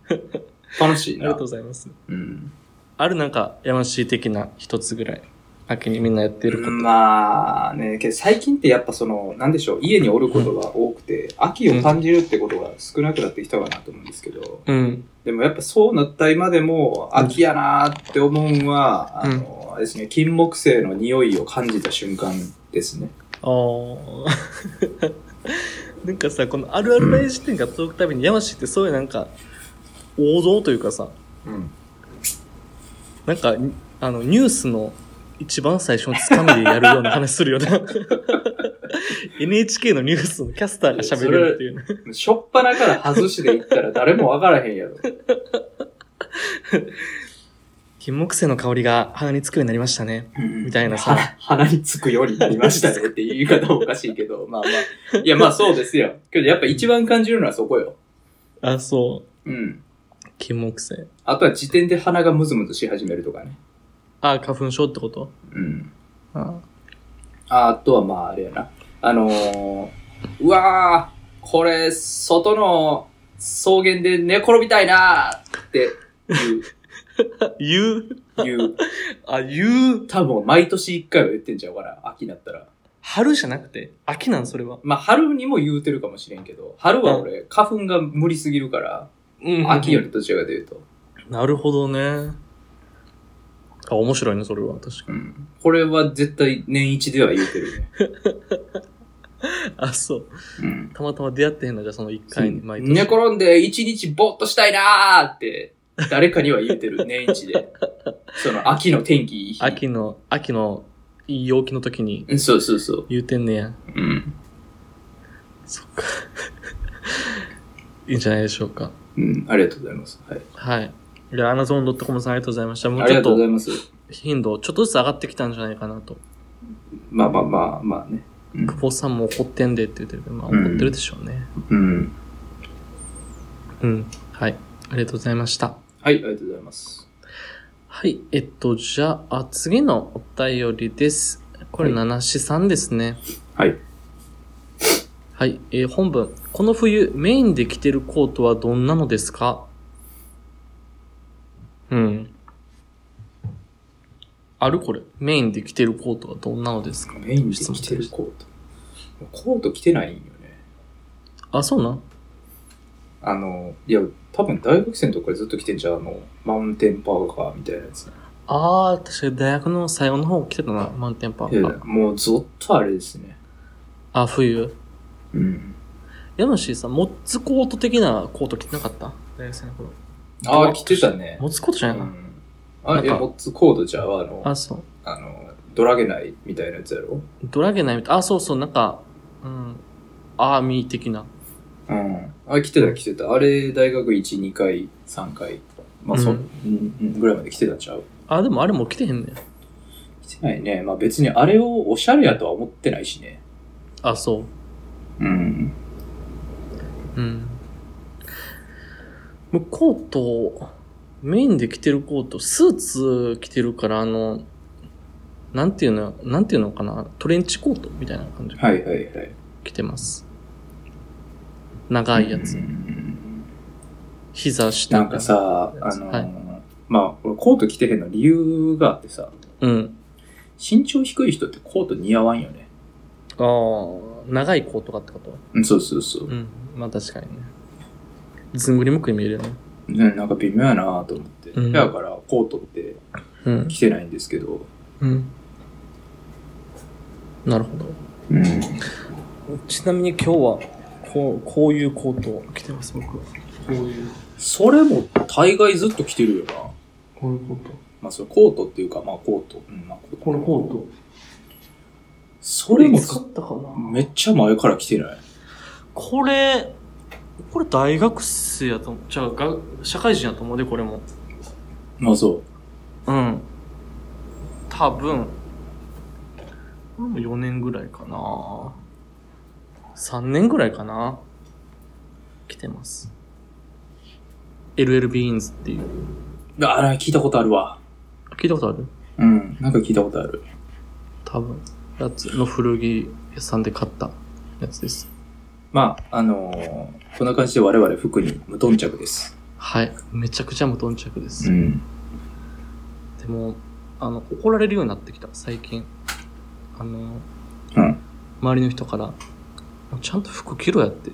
B: 楽しい
A: ありが
B: な
A: とうご。ざいます。
B: うん、
A: あるなんか、山師的な一つぐらい。秋にみんなやってること。
B: まあね、けど最近ってやっぱその、なんでしょう、家におることが多くて、秋を感じるってことが少なくなってきたかなと思うんですけど、
A: うん。
B: でもやっぱそうなった今でも、秋やなーって思うんは、あ
A: うん
B: の、あれですね、金木犀の匂いを感じた瞬間ですね。
A: ああ。 なんかさ、このあるある大辞典が届くたびに、山師ってそういうなんか、王道というかさ、
B: うん。
A: なんか、あの、ニュースの一番最初のつかみでやるような話するよな。NHK のニュースのキャスターが喋れるっていうね。
B: しょっぱなから外しでいったら誰もわからへんやろ。
A: 金木犀の香りが鼻につくようになりましたね。 み
B: み
A: たいなさ
B: 鼻につくようになりましたねっていう言 い方はおかしいけど、まあまあ。いや、まあそうですよ。けどやっぱ一番感じるのはそこよ。
A: あ、そう。
B: うん。
A: 金木犀。
B: あとは時点で鼻がムズムズし始めるとかね。
A: あ、花粉症ってこと
B: うん。
A: あ
B: ああとはまああれやな。あのー、うわー、これ、外の草原で寝転びたいなーって
A: 言う
B: いう、いう、
A: あ、言う
B: 多分毎年一回は言ってんちゃうから、秋になったら。
A: 春じゃなくて秋なんそれは。
B: まあ春にも言うてるかもしれんけど、春は俺、花粉が無理すぎるから、
A: う
B: 秋よりどちらかというと。
A: なるほどね。あ、面白いね、それは。確か
B: うん。これは絶対年一では言うてるね。
A: に。あ、そう。
B: うん。
A: たまたま出会ってへんのじゃ、その一回に毎年。
B: 寝転んで一日ぼーっとしたいなーって、誰かには言うてる、年一で。その秋の天気いい日。
A: 秋の、秋の、いい陽気の時に
B: うんそうそうそう。
A: 言うてんねや。
B: うん。
A: そっか。いいんじゃないでしょうか。
B: うん、ありがとうございます。はい。
A: はい。で、アナゾーンドットコムさんありがとうございました。も
B: あ
A: うち
B: り
A: ょ
B: が
A: っ
B: とうござ
A: と
B: います。
A: 頻度、ちょっとずつ上がってきたんじゃないかなと。
B: まあまあまあ、まあね。
A: 久保さんも怒ってんでって言ってるけど、まあ
B: うん
A: 怒ってるでしょうね。
B: うん。
A: うん。はい。ありがとうございました。
B: はい、ありがとうございます。
A: はい。えっと、じゃあ、次のお便りです。これ、
B: はい
A: 七七さんですね。
B: はい。
A: はい。えー本文。この冬、メインで着てるコートはどんなのですかうん。あるこれ。メインで着てるコートはどんなのですか
B: メインで着てるコート。コート着てないんよね。
A: あ、そうなん
B: あの、いや、多分大学生の時からずっと着てんじゃん。あの、マウンテンパーカーみたいなやつ。
A: ああ、確かに大学の最後の方着てたな、マウンテンパ
B: い
A: ーカ
B: や
A: ー。
B: もうずっとあれですね。
A: あ、冬。
B: うん。
A: ヤムシーさん、モッツコート的なコート着てなかった大学生の頃。
B: ああ、着てたね。
A: モッツコートじ
B: う
A: ゃないかな。
B: ん。あ
A: なん
B: れ、
A: か
B: いやモッツコードじゃあ、あの、
A: あ、そう。
B: あの、ドラゲナイみたいなやつやろ
A: ドラゲないみたい。あ、そうそう、なんか、うん、アーミー的な。
B: うん。あ、来てた来てた。あれ、大学1、2回、3回。まあ、そ、
A: うん
B: ん、うんぐらいまで来てたんちゃう
A: あ、でもあれもう着てへんねん。
B: 来てないね。まあ別にあれをおしゃれやとは思ってないしね。
A: あ、そ
B: うん。
A: う。うん。もうコート、メインで着てるコート、スーツ着てるから、あの、なんていうの、なんていうのかな、トレンチコートみたいな感じ
B: はいはいはい。
A: 着てます。長いやつ
B: う。ん
A: 膝下。
B: なんか、さ、あのー
A: はい
B: まあ、俺コート着てへんの理由があってさ、
A: うん。
B: 身長低い人ってコート似合わんよね。
A: ああ、長いコートかってこと
B: うん、そうそうそう
A: う。ん。まあ確かにね。ずんぐりむくに見えるよね。
B: ね、なんか微妙やなと思って。
A: うん
B: だから、コートって
A: うん。
B: 着てないんですけど。
A: うん。なるほど。
B: うん。
A: ちなみに今日は、こう、こういうコートを着てます、僕は。こういう。
B: それも大概ずっと着てるよな。
A: こういうコート。
B: まあ、それコートっていうか、まあ、コート。うん、まあ、コート
A: このコート。
B: それもず
A: 使ったかな
B: めっちゃ前から着てない。
A: これ、これ大学生やと思う。じゃあ、が社会人やと思うで、これも。
B: まあ、そ
A: うん。多分、これも4年ぐらいかな。3年ぐらいかな。来てます。 LL ビーンズっていう。
B: あら、聞いたことあるわ。
A: 聞いたことある
B: うん。なんか聞いたことある。
A: 多分。やつの古着屋さんで買ったやつです。
B: まあ、あのーこんな感じで我々服に無頓着です。
A: はい。めちゃくちゃ無頓着です。
B: ん。
A: でも、あの、怒られるようになってきた、最近。あの、
B: うん
A: 周りの人から、ちゃんと服着ろやって、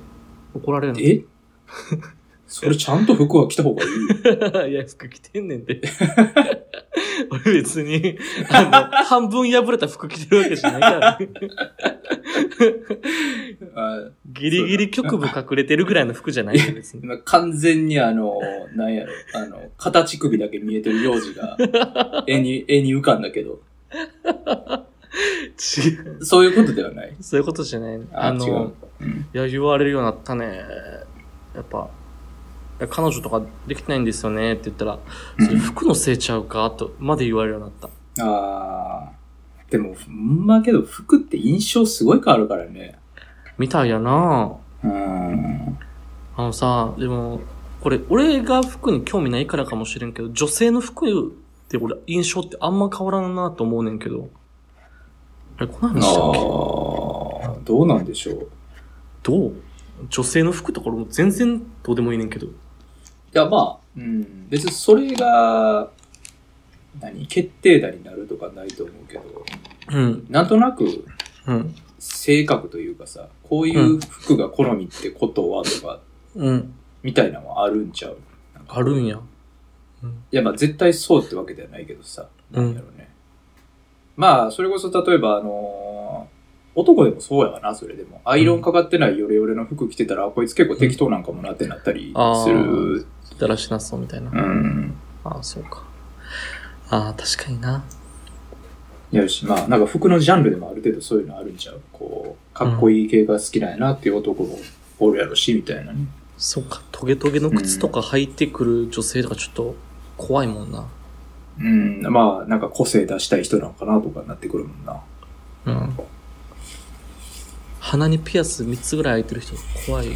A: 怒られるの。
B: えそれちゃんと服は着た方がいい よ。
A: いや、服着てんねんて。 俺別に、あの、半分破れた服着てるわけじゃない から、ね。
B: あ
A: ギリギリ局部隠れてるぐらいの服じゃないよ、別に。
B: 今完全にあの、なんやろ、あの、形首だけ見えてる幼児 が、絵に、絵に浮かんだけど、
A: 違う。
B: そういうことではない。
A: そういうことじゃない、ね。あ
B: 違
A: の
B: う、うん
A: いや、言われるようになったね。やっぱ、いや彼女とかできてないんですよねって言ったら、それ服のせいちゃうかと、まで言われるようになっ
B: あーでも、ほんまけど、服って印象すごい変わるからね。
A: た。みたいやな
B: うん。
A: あのさ、でも、これ、俺が服に興味ないからかもしれんけど、女性の服って俺、印象ってあんま変わらんなと思うねんけど。あれ、この
B: あ
A: 話したっけ
B: ーどうなんでしょう。い
A: どう女性の服とか俺もう全然どうでもいいねんけど。
B: や、まあ、うん、別にそれが、何、決定打になるとかないと思うけど、
A: うん、
B: なんとなく、
A: うん、
B: 性格というかさ、こういう服が好みってことはとか、
A: うん。
B: みたいなのはあるんちゃう
A: あるんや。
B: いや、まあ絶対そうってわけではないけどさ、
A: う
B: なんんやろうね。まあ、それこそ例えば、あのー男でもそうやわな、それでも。アイロンかかってないヨレヨレの服着てたら、こいつ結構適当なんかもなってなったり
A: あー
B: する。
A: だらしなそうみたいな。
B: うん。
A: ああ、そうか。ああ、確かにな。
B: よし、まあ、なんか服のジャンルでもある程度そういうのあるんちゃうこう、かっこいい系が好きなんやなっていう男もおるやろし、みたいなね。
A: そうか、トゲトゲの靴とか履いてくる女性とかちょっと怖いもんな。
B: うん、まあ、なんか個性出したい人なのかなとかになってくるもんな。
A: うん。鼻にピアス3つぐらい開いてる人怖い。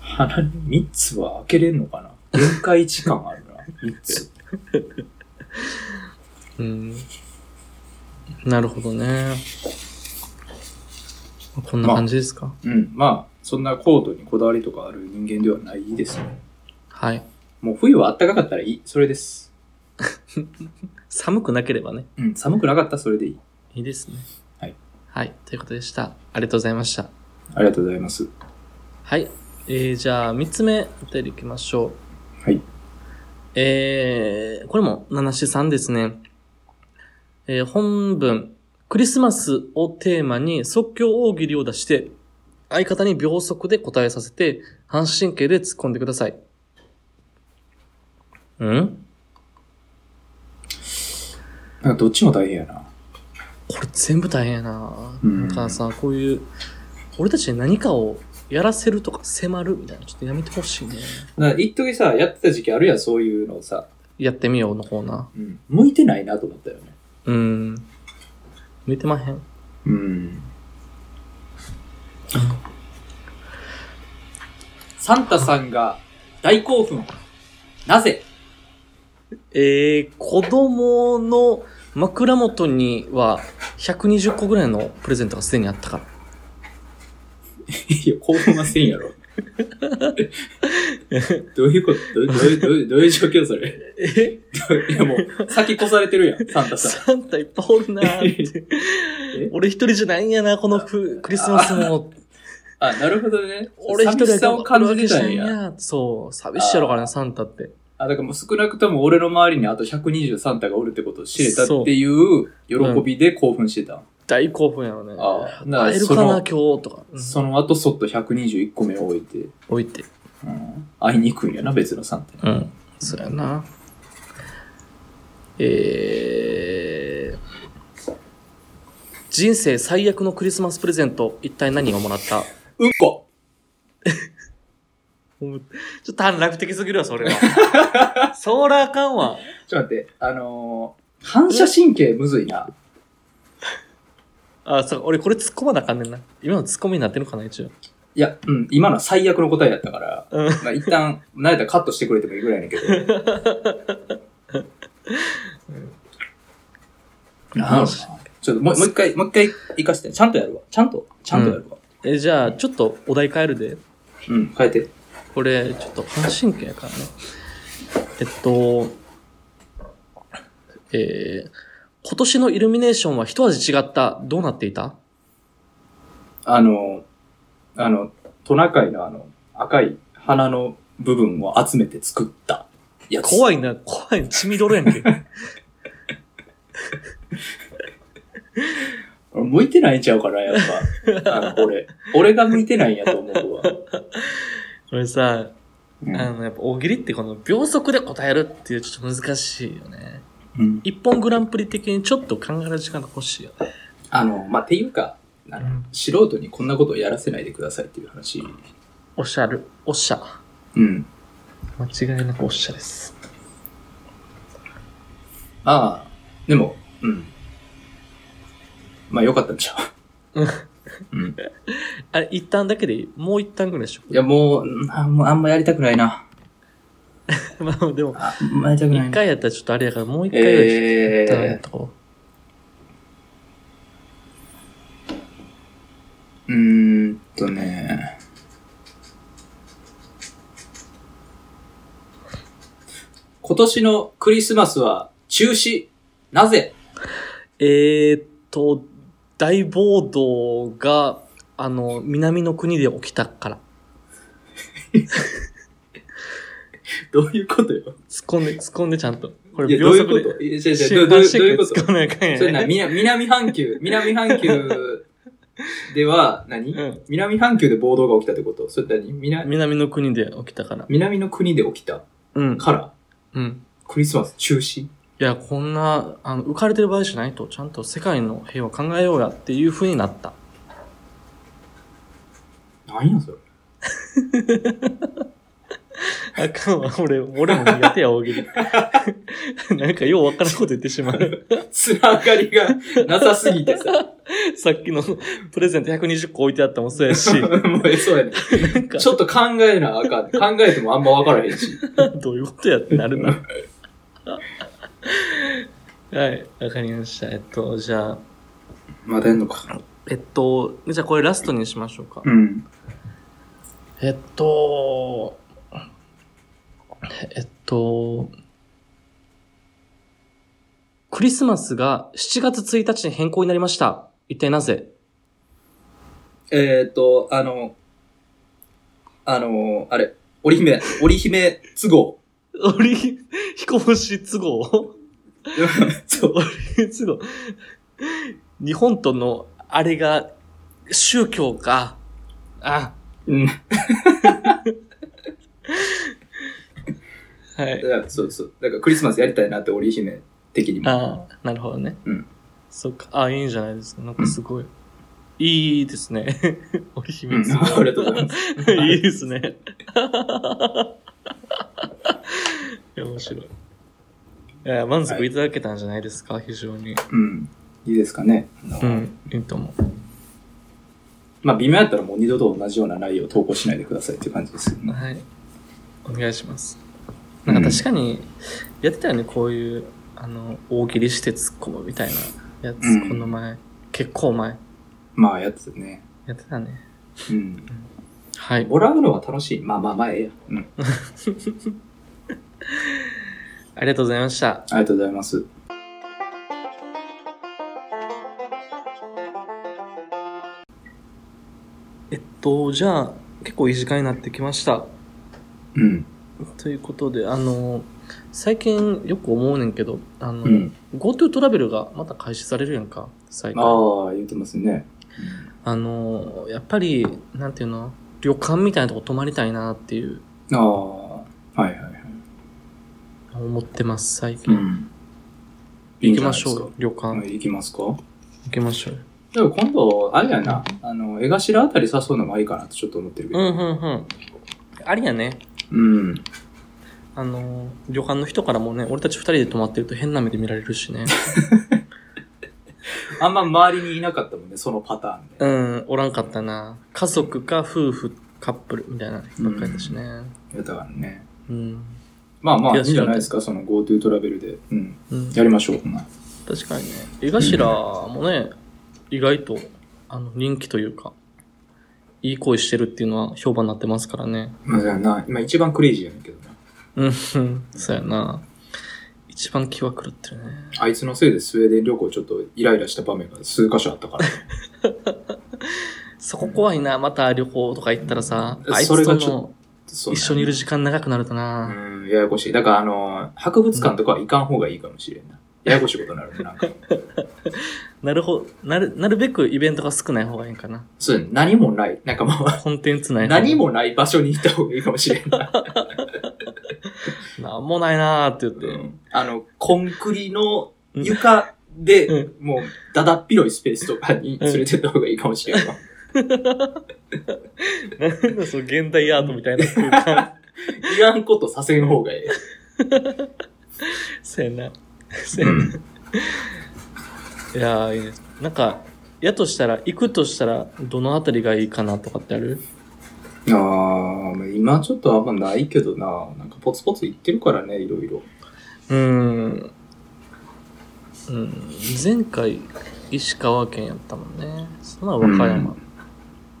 B: 鼻に3つは開けれんのかな限界値感あるな、3つ。
A: うん。なるほどね。こんな
B: まあ
A: 感じですか、
B: うん、まあ、そんなコートにこだわりとかある人間ではないですね。
A: はい。
B: もう冬は暖かかったらいい。それです。
A: 寒くなければね。
B: うん、寒くなかったらそれでいい。
A: いいですね。
B: はい。
A: はい。ということでした。ありがとうございました。
B: ありがとうございます。
A: はい。えー、じゃあ、3つ目、お便り行きましょう。
B: はい。
A: えー、これも七七三ですね。えー、本文、クリスマスをテーマに即興大喜利を出して、相方に秒速で答えさせて、半神経で突っ込んでください。ん
B: なんかどっちも大変やな。
A: これ全部大変やな。
B: う
A: な
B: ん
A: んかさ、こういう、俺たちに何かをやらせるとか迫るみたいな、ちょっとやめてほしいね。
B: なんか一時さ、やってた時期あるやん、そういうのさ。
A: やってみようの方な。
B: うん。向いてないなと思ったよね。
A: うん。向いてまへん。
B: うん。サンタさんが大興奮。なぜ
A: えー、子供の枕元には120個ぐらいのプレゼントがすでにあったから。
B: いや、興奮はせんやろ。 どういうことどうどういう、どういう、どういう状況それ。
A: え
B: ど ういや、もう、先越されてるやん、サン タさん。
A: サンタいっぱいおるなーって。
B: え
A: 俺一人じゃないんやな、このふクリスマスも。
B: あ、なるほどね。
A: 俺一人
B: 寂し
A: で
B: さを感じてたんや。
A: や。そう、寂しいやろからな、サンタって。
B: あ、だからもう少なくとも俺の周りにあと120サンタがおるってことを知れたっていう喜びで興奮してた。
A: 大興奮やろね。
B: あな
A: 会えるか
B: そ
A: な、
B: の
A: 今日とか。うん
B: その後、そっと121個目を置いて、
A: 置いて。
B: うん、会いに行くんやな、別のサンタに。
A: うん。そうやな。えー、人生最悪のクリスマスプレゼント、一体何をもらった
B: うんこ
A: もうちょっと短絡的すぎるわ、それは。 そーラーかんわ。
B: ちょっと待って、あのー反射神経むずいな。
A: あ、そう、俺これ突っ込まなあかんねんな。今の突っ込みになってるのかな、一応。
B: いや、うん、今のは最悪の答えやったから、
A: うん
B: まあ一旦、慣れたらカットしてくれてもいいぐらいやねん けど。なんやろなちょっともうもう一回、もう一回生かして、ちゃんとやるわ。ちゃんと、ちゃんとやるわ。
A: え、じゃあ、ちょっとお題変えるで。
B: うん、変えて。
A: これ、ちょっと半神経やからね。えっと、えー、今年のイルミネーションは一味違った。どうなっていた
B: あの、あの、トナカイのあの、赤い花の部分を集めて作ったやつ。
A: 怖いな、怖い、血みどろやん け。
B: 俺向いてないんちゃうから、やっ ぱ。あの、俺。俺が向いてないんやと思うわ。
A: これさ、
B: う
A: あの、やっぱ大喜利ってこの秒速で答えるっていうちょっと難しいよね。
B: うん
A: 一本グランプリ的にちょっと考える時間が欲しいよね。
B: あの、まあ、っていうか、あの、素人にこんなことをやらせないでくださいっていう話。
A: おっしゃる、おっしゃ。
B: うん。
A: 間違いなくおっしゃです。
B: ああ、でも、うん。まあ、よかったんちゃ う。うん。
A: あれ、一旦だけでいいもう一旦ぐらいでしょ
B: いや、もう、うんあもうあんまやりたくないな。
A: まあでも、
B: ああんまやりたくない
A: 一
B: な。
A: 回やったらちょっとあれやから、もう一回ぐらいでしょ一旦やっ
B: え
A: とこ
B: ー、うーんとね。今年のクリスマスは中止。なぜ
A: うえーっと、大暴動が、あの、南の国で起きたから。
B: どういうことよ。
A: 突っ込ん で、突っ込んでちゃんと。こ
B: い
A: れ
B: や、ど
A: 秒
B: ういう
A: 速
B: こと
A: で。
B: いや、違う違
A: 瞬
B: う、ど
A: 間
B: ういうどういう
A: 瞬間
B: こ
A: 突
B: と
A: っ込んでいかん
B: それ
A: や
B: な、
A: ね。
B: みな南半球、南半球では何、
A: うん
B: 南半球で暴動が起きたってことそれ何南
A: 南の国で起きたから。
B: 南の国で起きた
A: うん。
B: から、
A: うん。
B: クリスマス中止
A: いや、こんな、あの、浮かれてる場合じゃないと、ちゃんと世界の平和考えようやっていう風になった。
B: 何やそれ。
A: あかんわ、俺、俺も苦手や、大喜利。 なんかようわからんこと言ってしまう。
B: つながりがなさすぎ てさ。
A: さっきのプレゼント120個置いてあったもそうやし、
B: もうそうやね。
A: なんか、
B: ちょっと考えなあかん。考えてもあんまわからへんし。
A: どういうことやってなるな。 はい、わかりました。えっと、じゃあ、
B: まだやんのか。
A: えっと、じゃあこれラストにしましょうか。
B: うん。
A: えっと、えっと、クリスマスが7月1日に変更になりました。一体なぜ
B: えーっと、あの、あの、あれ、織姫、織姫都合。
A: 俺、彦星都合
B: そう。
A: 俺都合。日本とのあれが、宗教か。あ、
B: うん。
A: はい。
B: だからそうそう。だからクリスマスやりたいなって、織姫的にも。
A: ああ、なるほどね。
B: うん。
A: そっか。ああ、いいんじゃないですか。なんかすごい。いいですね。 織
B: う
A: 姫
B: ん、
A: 都合
B: ありがとうございます。
A: いいですね。いや面白い。いや満足いただけたんじゃないですか、非常に。
B: うん。いいですかね。あの
A: うん、いいと思う。
B: まあ、微妙やったらもう二度と同じような内容を投稿しないでくださいっていう感じですよね。
A: はい。お願いします。なんか確かに、やってたよね、こういう、あの、大喜利して突っ込むみたいなやつ、
B: うん
A: この前、結構前、
B: まあ、やっててね。
A: やってたね。
B: うん。
A: はい。
B: もらうのは楽しい。まあまあまあ、ええや。うん。あ
A: ありがとうございました。
B: りがとうございます。
A: えっと、じゃあ、結構いい時間になってきました。
B: うん。
A: ということで、あの、最近よく思うねんけど、あの、
B: うん
A: GoTo トラベルがまた開始されるやんか、最近。あ
B: ああ、言ってますね。
A: の、やっぱり、なんていうの、旅館みたいなとこ泊まりたいなっていう、
B: ああ、はいはいはい。
A: 思ってます、最近。
B: うん。
A: 行きましょうよ、旅館。
B: はい行きますか
A: 行きましょうよ。
B: でも今度、あれやな、あの、江頭あたり誘うのもありかなとちょっと思ってるけ
A: うん、う
B: ど。
A: ん、うん。ありやね。
B: うん。
A: あの、旅館の人からもね、俺たち二人で泊まってると変な目で見られるしね。
B: あんま周りにいなかったもんね、そのパターン
A: う
B: で。
A: ん、おらんかったな。家族か夫婦、カップルみたいなばっかりだしね。
B: やったからね。
A: うん。
B: まあまあ、い
A: 悔
B: いん
A: しい
B: じ
A: よ
B: ゃ
A: ね
B: ないですか、その GoTo トラベルで。うん。
A: うん、
B: やりましょう、ほんなら
A: 確かにね。江頭もね、意外と、あの、人気というか、いい恋してるっていうのは評判になってますからね。
B: まあ、じゃあな、今一番クレイジーやねんけどな。
A: うん、そうやな。一番気は狂ってるね。
B: あいつのせいでスウェーデン旅行ちょっとイライラした場面が数箇所あったから。
A: そこ怖いな。また旅行とか行ったらさ、
B: うん
A: あい
B: それ
A: つと
B: がちょっ
A: の
B: そ う
A: 一
B: ね
A: 緒にいる時間長くなるとな。
B: うん、ややこしい。だから、あの、博物館とかは行かん方がいいかもしれ んな。ややこしいことになるねなんか。
A: なるほど、なる、なるべくイベントが少ない方がいいんかな。
B: そうね、何もない。なんかも う、
A: コンテンツない方が
B: 何もない場所に行った方がいいかもしれんな。
A: なんもないなーって言って。
B: うんあの、コンクリの床で、もう、だだっ広いスペースとかに連れてった方がいいかもしれんわ。
A: なんだその現代アートみたいな空間。
B: いらんことさせん方がいい。
A: せやな。せやな。いやー、いいね。なんか、やとしたら、行くとしたら、どのあたりがいいかなとかってある
B: あー、今ちょっとあんまないけどな。なんかポツポツ行ってるからね、いろいろ。
A: うーん。うん。前回、石川県やったもんね。その前和歌山。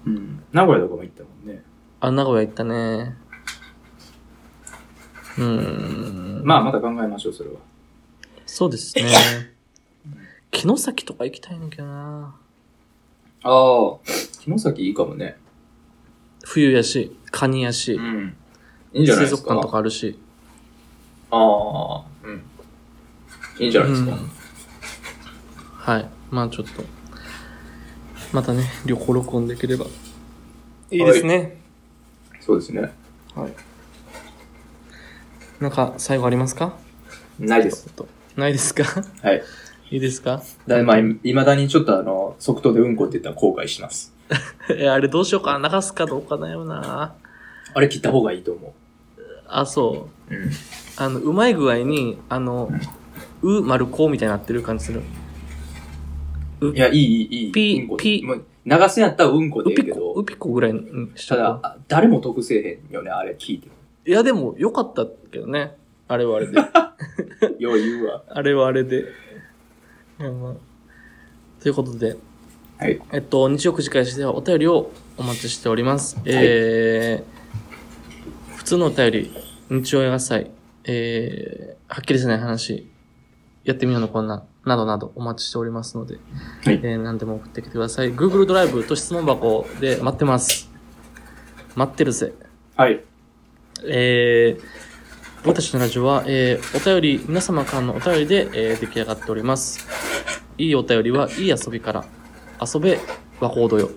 B: うん。名古屋とかも行ったもんね。
A: あ、名古屋行ったね。うーん。
B: まあ、また考えましょう、それは。
A: そうですね。城崎とか行きたいねんだけどな。
B: ああ、城崎いいかもね。
A: 冬やし、カニやし、
B: ん。いいんじゃな
A: 水
B: いです
A: 族
B: か。
A: 館とかあるし。
B: ああ、うん。いいんじゃないですか。
A: うんはい。まあちょっと、またね、旅行録音できれば。いいですね。
B: そうですね。
A: はい。なんか、最後ありますか
B: ないです。
A: ちょっとないですか
B: はい。
A: いいですか
B: だまあ、いまだにちょっとあの、即答でうんこって言ったら後悔します。
A: え、あれどうしようかな。流すかどうかだよな。
B: あれ切った方がいいと思
A: あ、そう。
B: う。うん。
A: あの、うまい具合に、あの、う、丸、こうみたいになってる感じする。う
B: いや、いい、いい、いい。
A: ピ
B: うんこ
A: ピ
B: もう流すんやったらうんこで
A: う
B: いいけ
A: ぴこ、う
B: ど、
A: ぴこぐらいにした
B: だ
A: た、
B: あ誰も得せえへんよね、あれ聞いても。
A: いや、でも、良かったけどね。あれはあれで。
B: よう言うわ。
A: あれはあれで。いやまあということで、
B: はい。
A: えっと、日曜9時開始ではお便りをお待ちしております。えー、普通のお便り、日曜映画祭、えー、はっきりせない話、やってみようのこんな、などなどお待ちしておりますので、
B: はい
A: えー、何でも送ってきてください。Google ドライブと質問箱で待ってます。待ってるぜ。
B: はい。
A: えー僕たちのラジオは、えーお便り、皆様からのお便りで、えー出来上がっております。いいお便りは、いい遊びから、遊べ、和光土よ。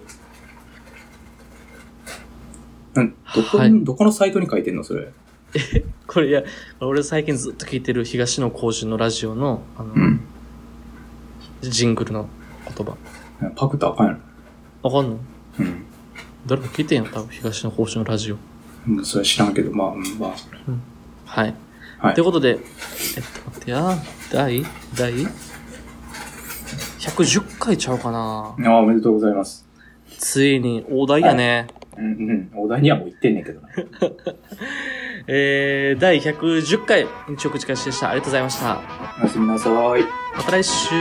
B: うんどこ、
A: はい
B: どこのサイトに書いてんの、それ。
A: これ、いや、俺最近ずっと聞いてる東野幸治のラジオの、あの、
B: うん。
A: ジングルの言葉。
B: パクったらあかんやろ。
A: わかんの
B: うん。
A: 誰か聞いてんやん、多分、東野幸治のラジオ。
B: うん、それは知らんけど、まあ、うんまあ。
A: はい。
B: はい
A: ということで、えっと、待ってや、第、第、110回ちゃうかな
B: ああ、おめでとうございます。
A: ついに、大台やね。
B: うん、うん。お題にはもう言ってんねんけ どな。
A: えー、第110回、日曜口かしでした。ありがとうございました。
B: おやすみなさい。
A: また来週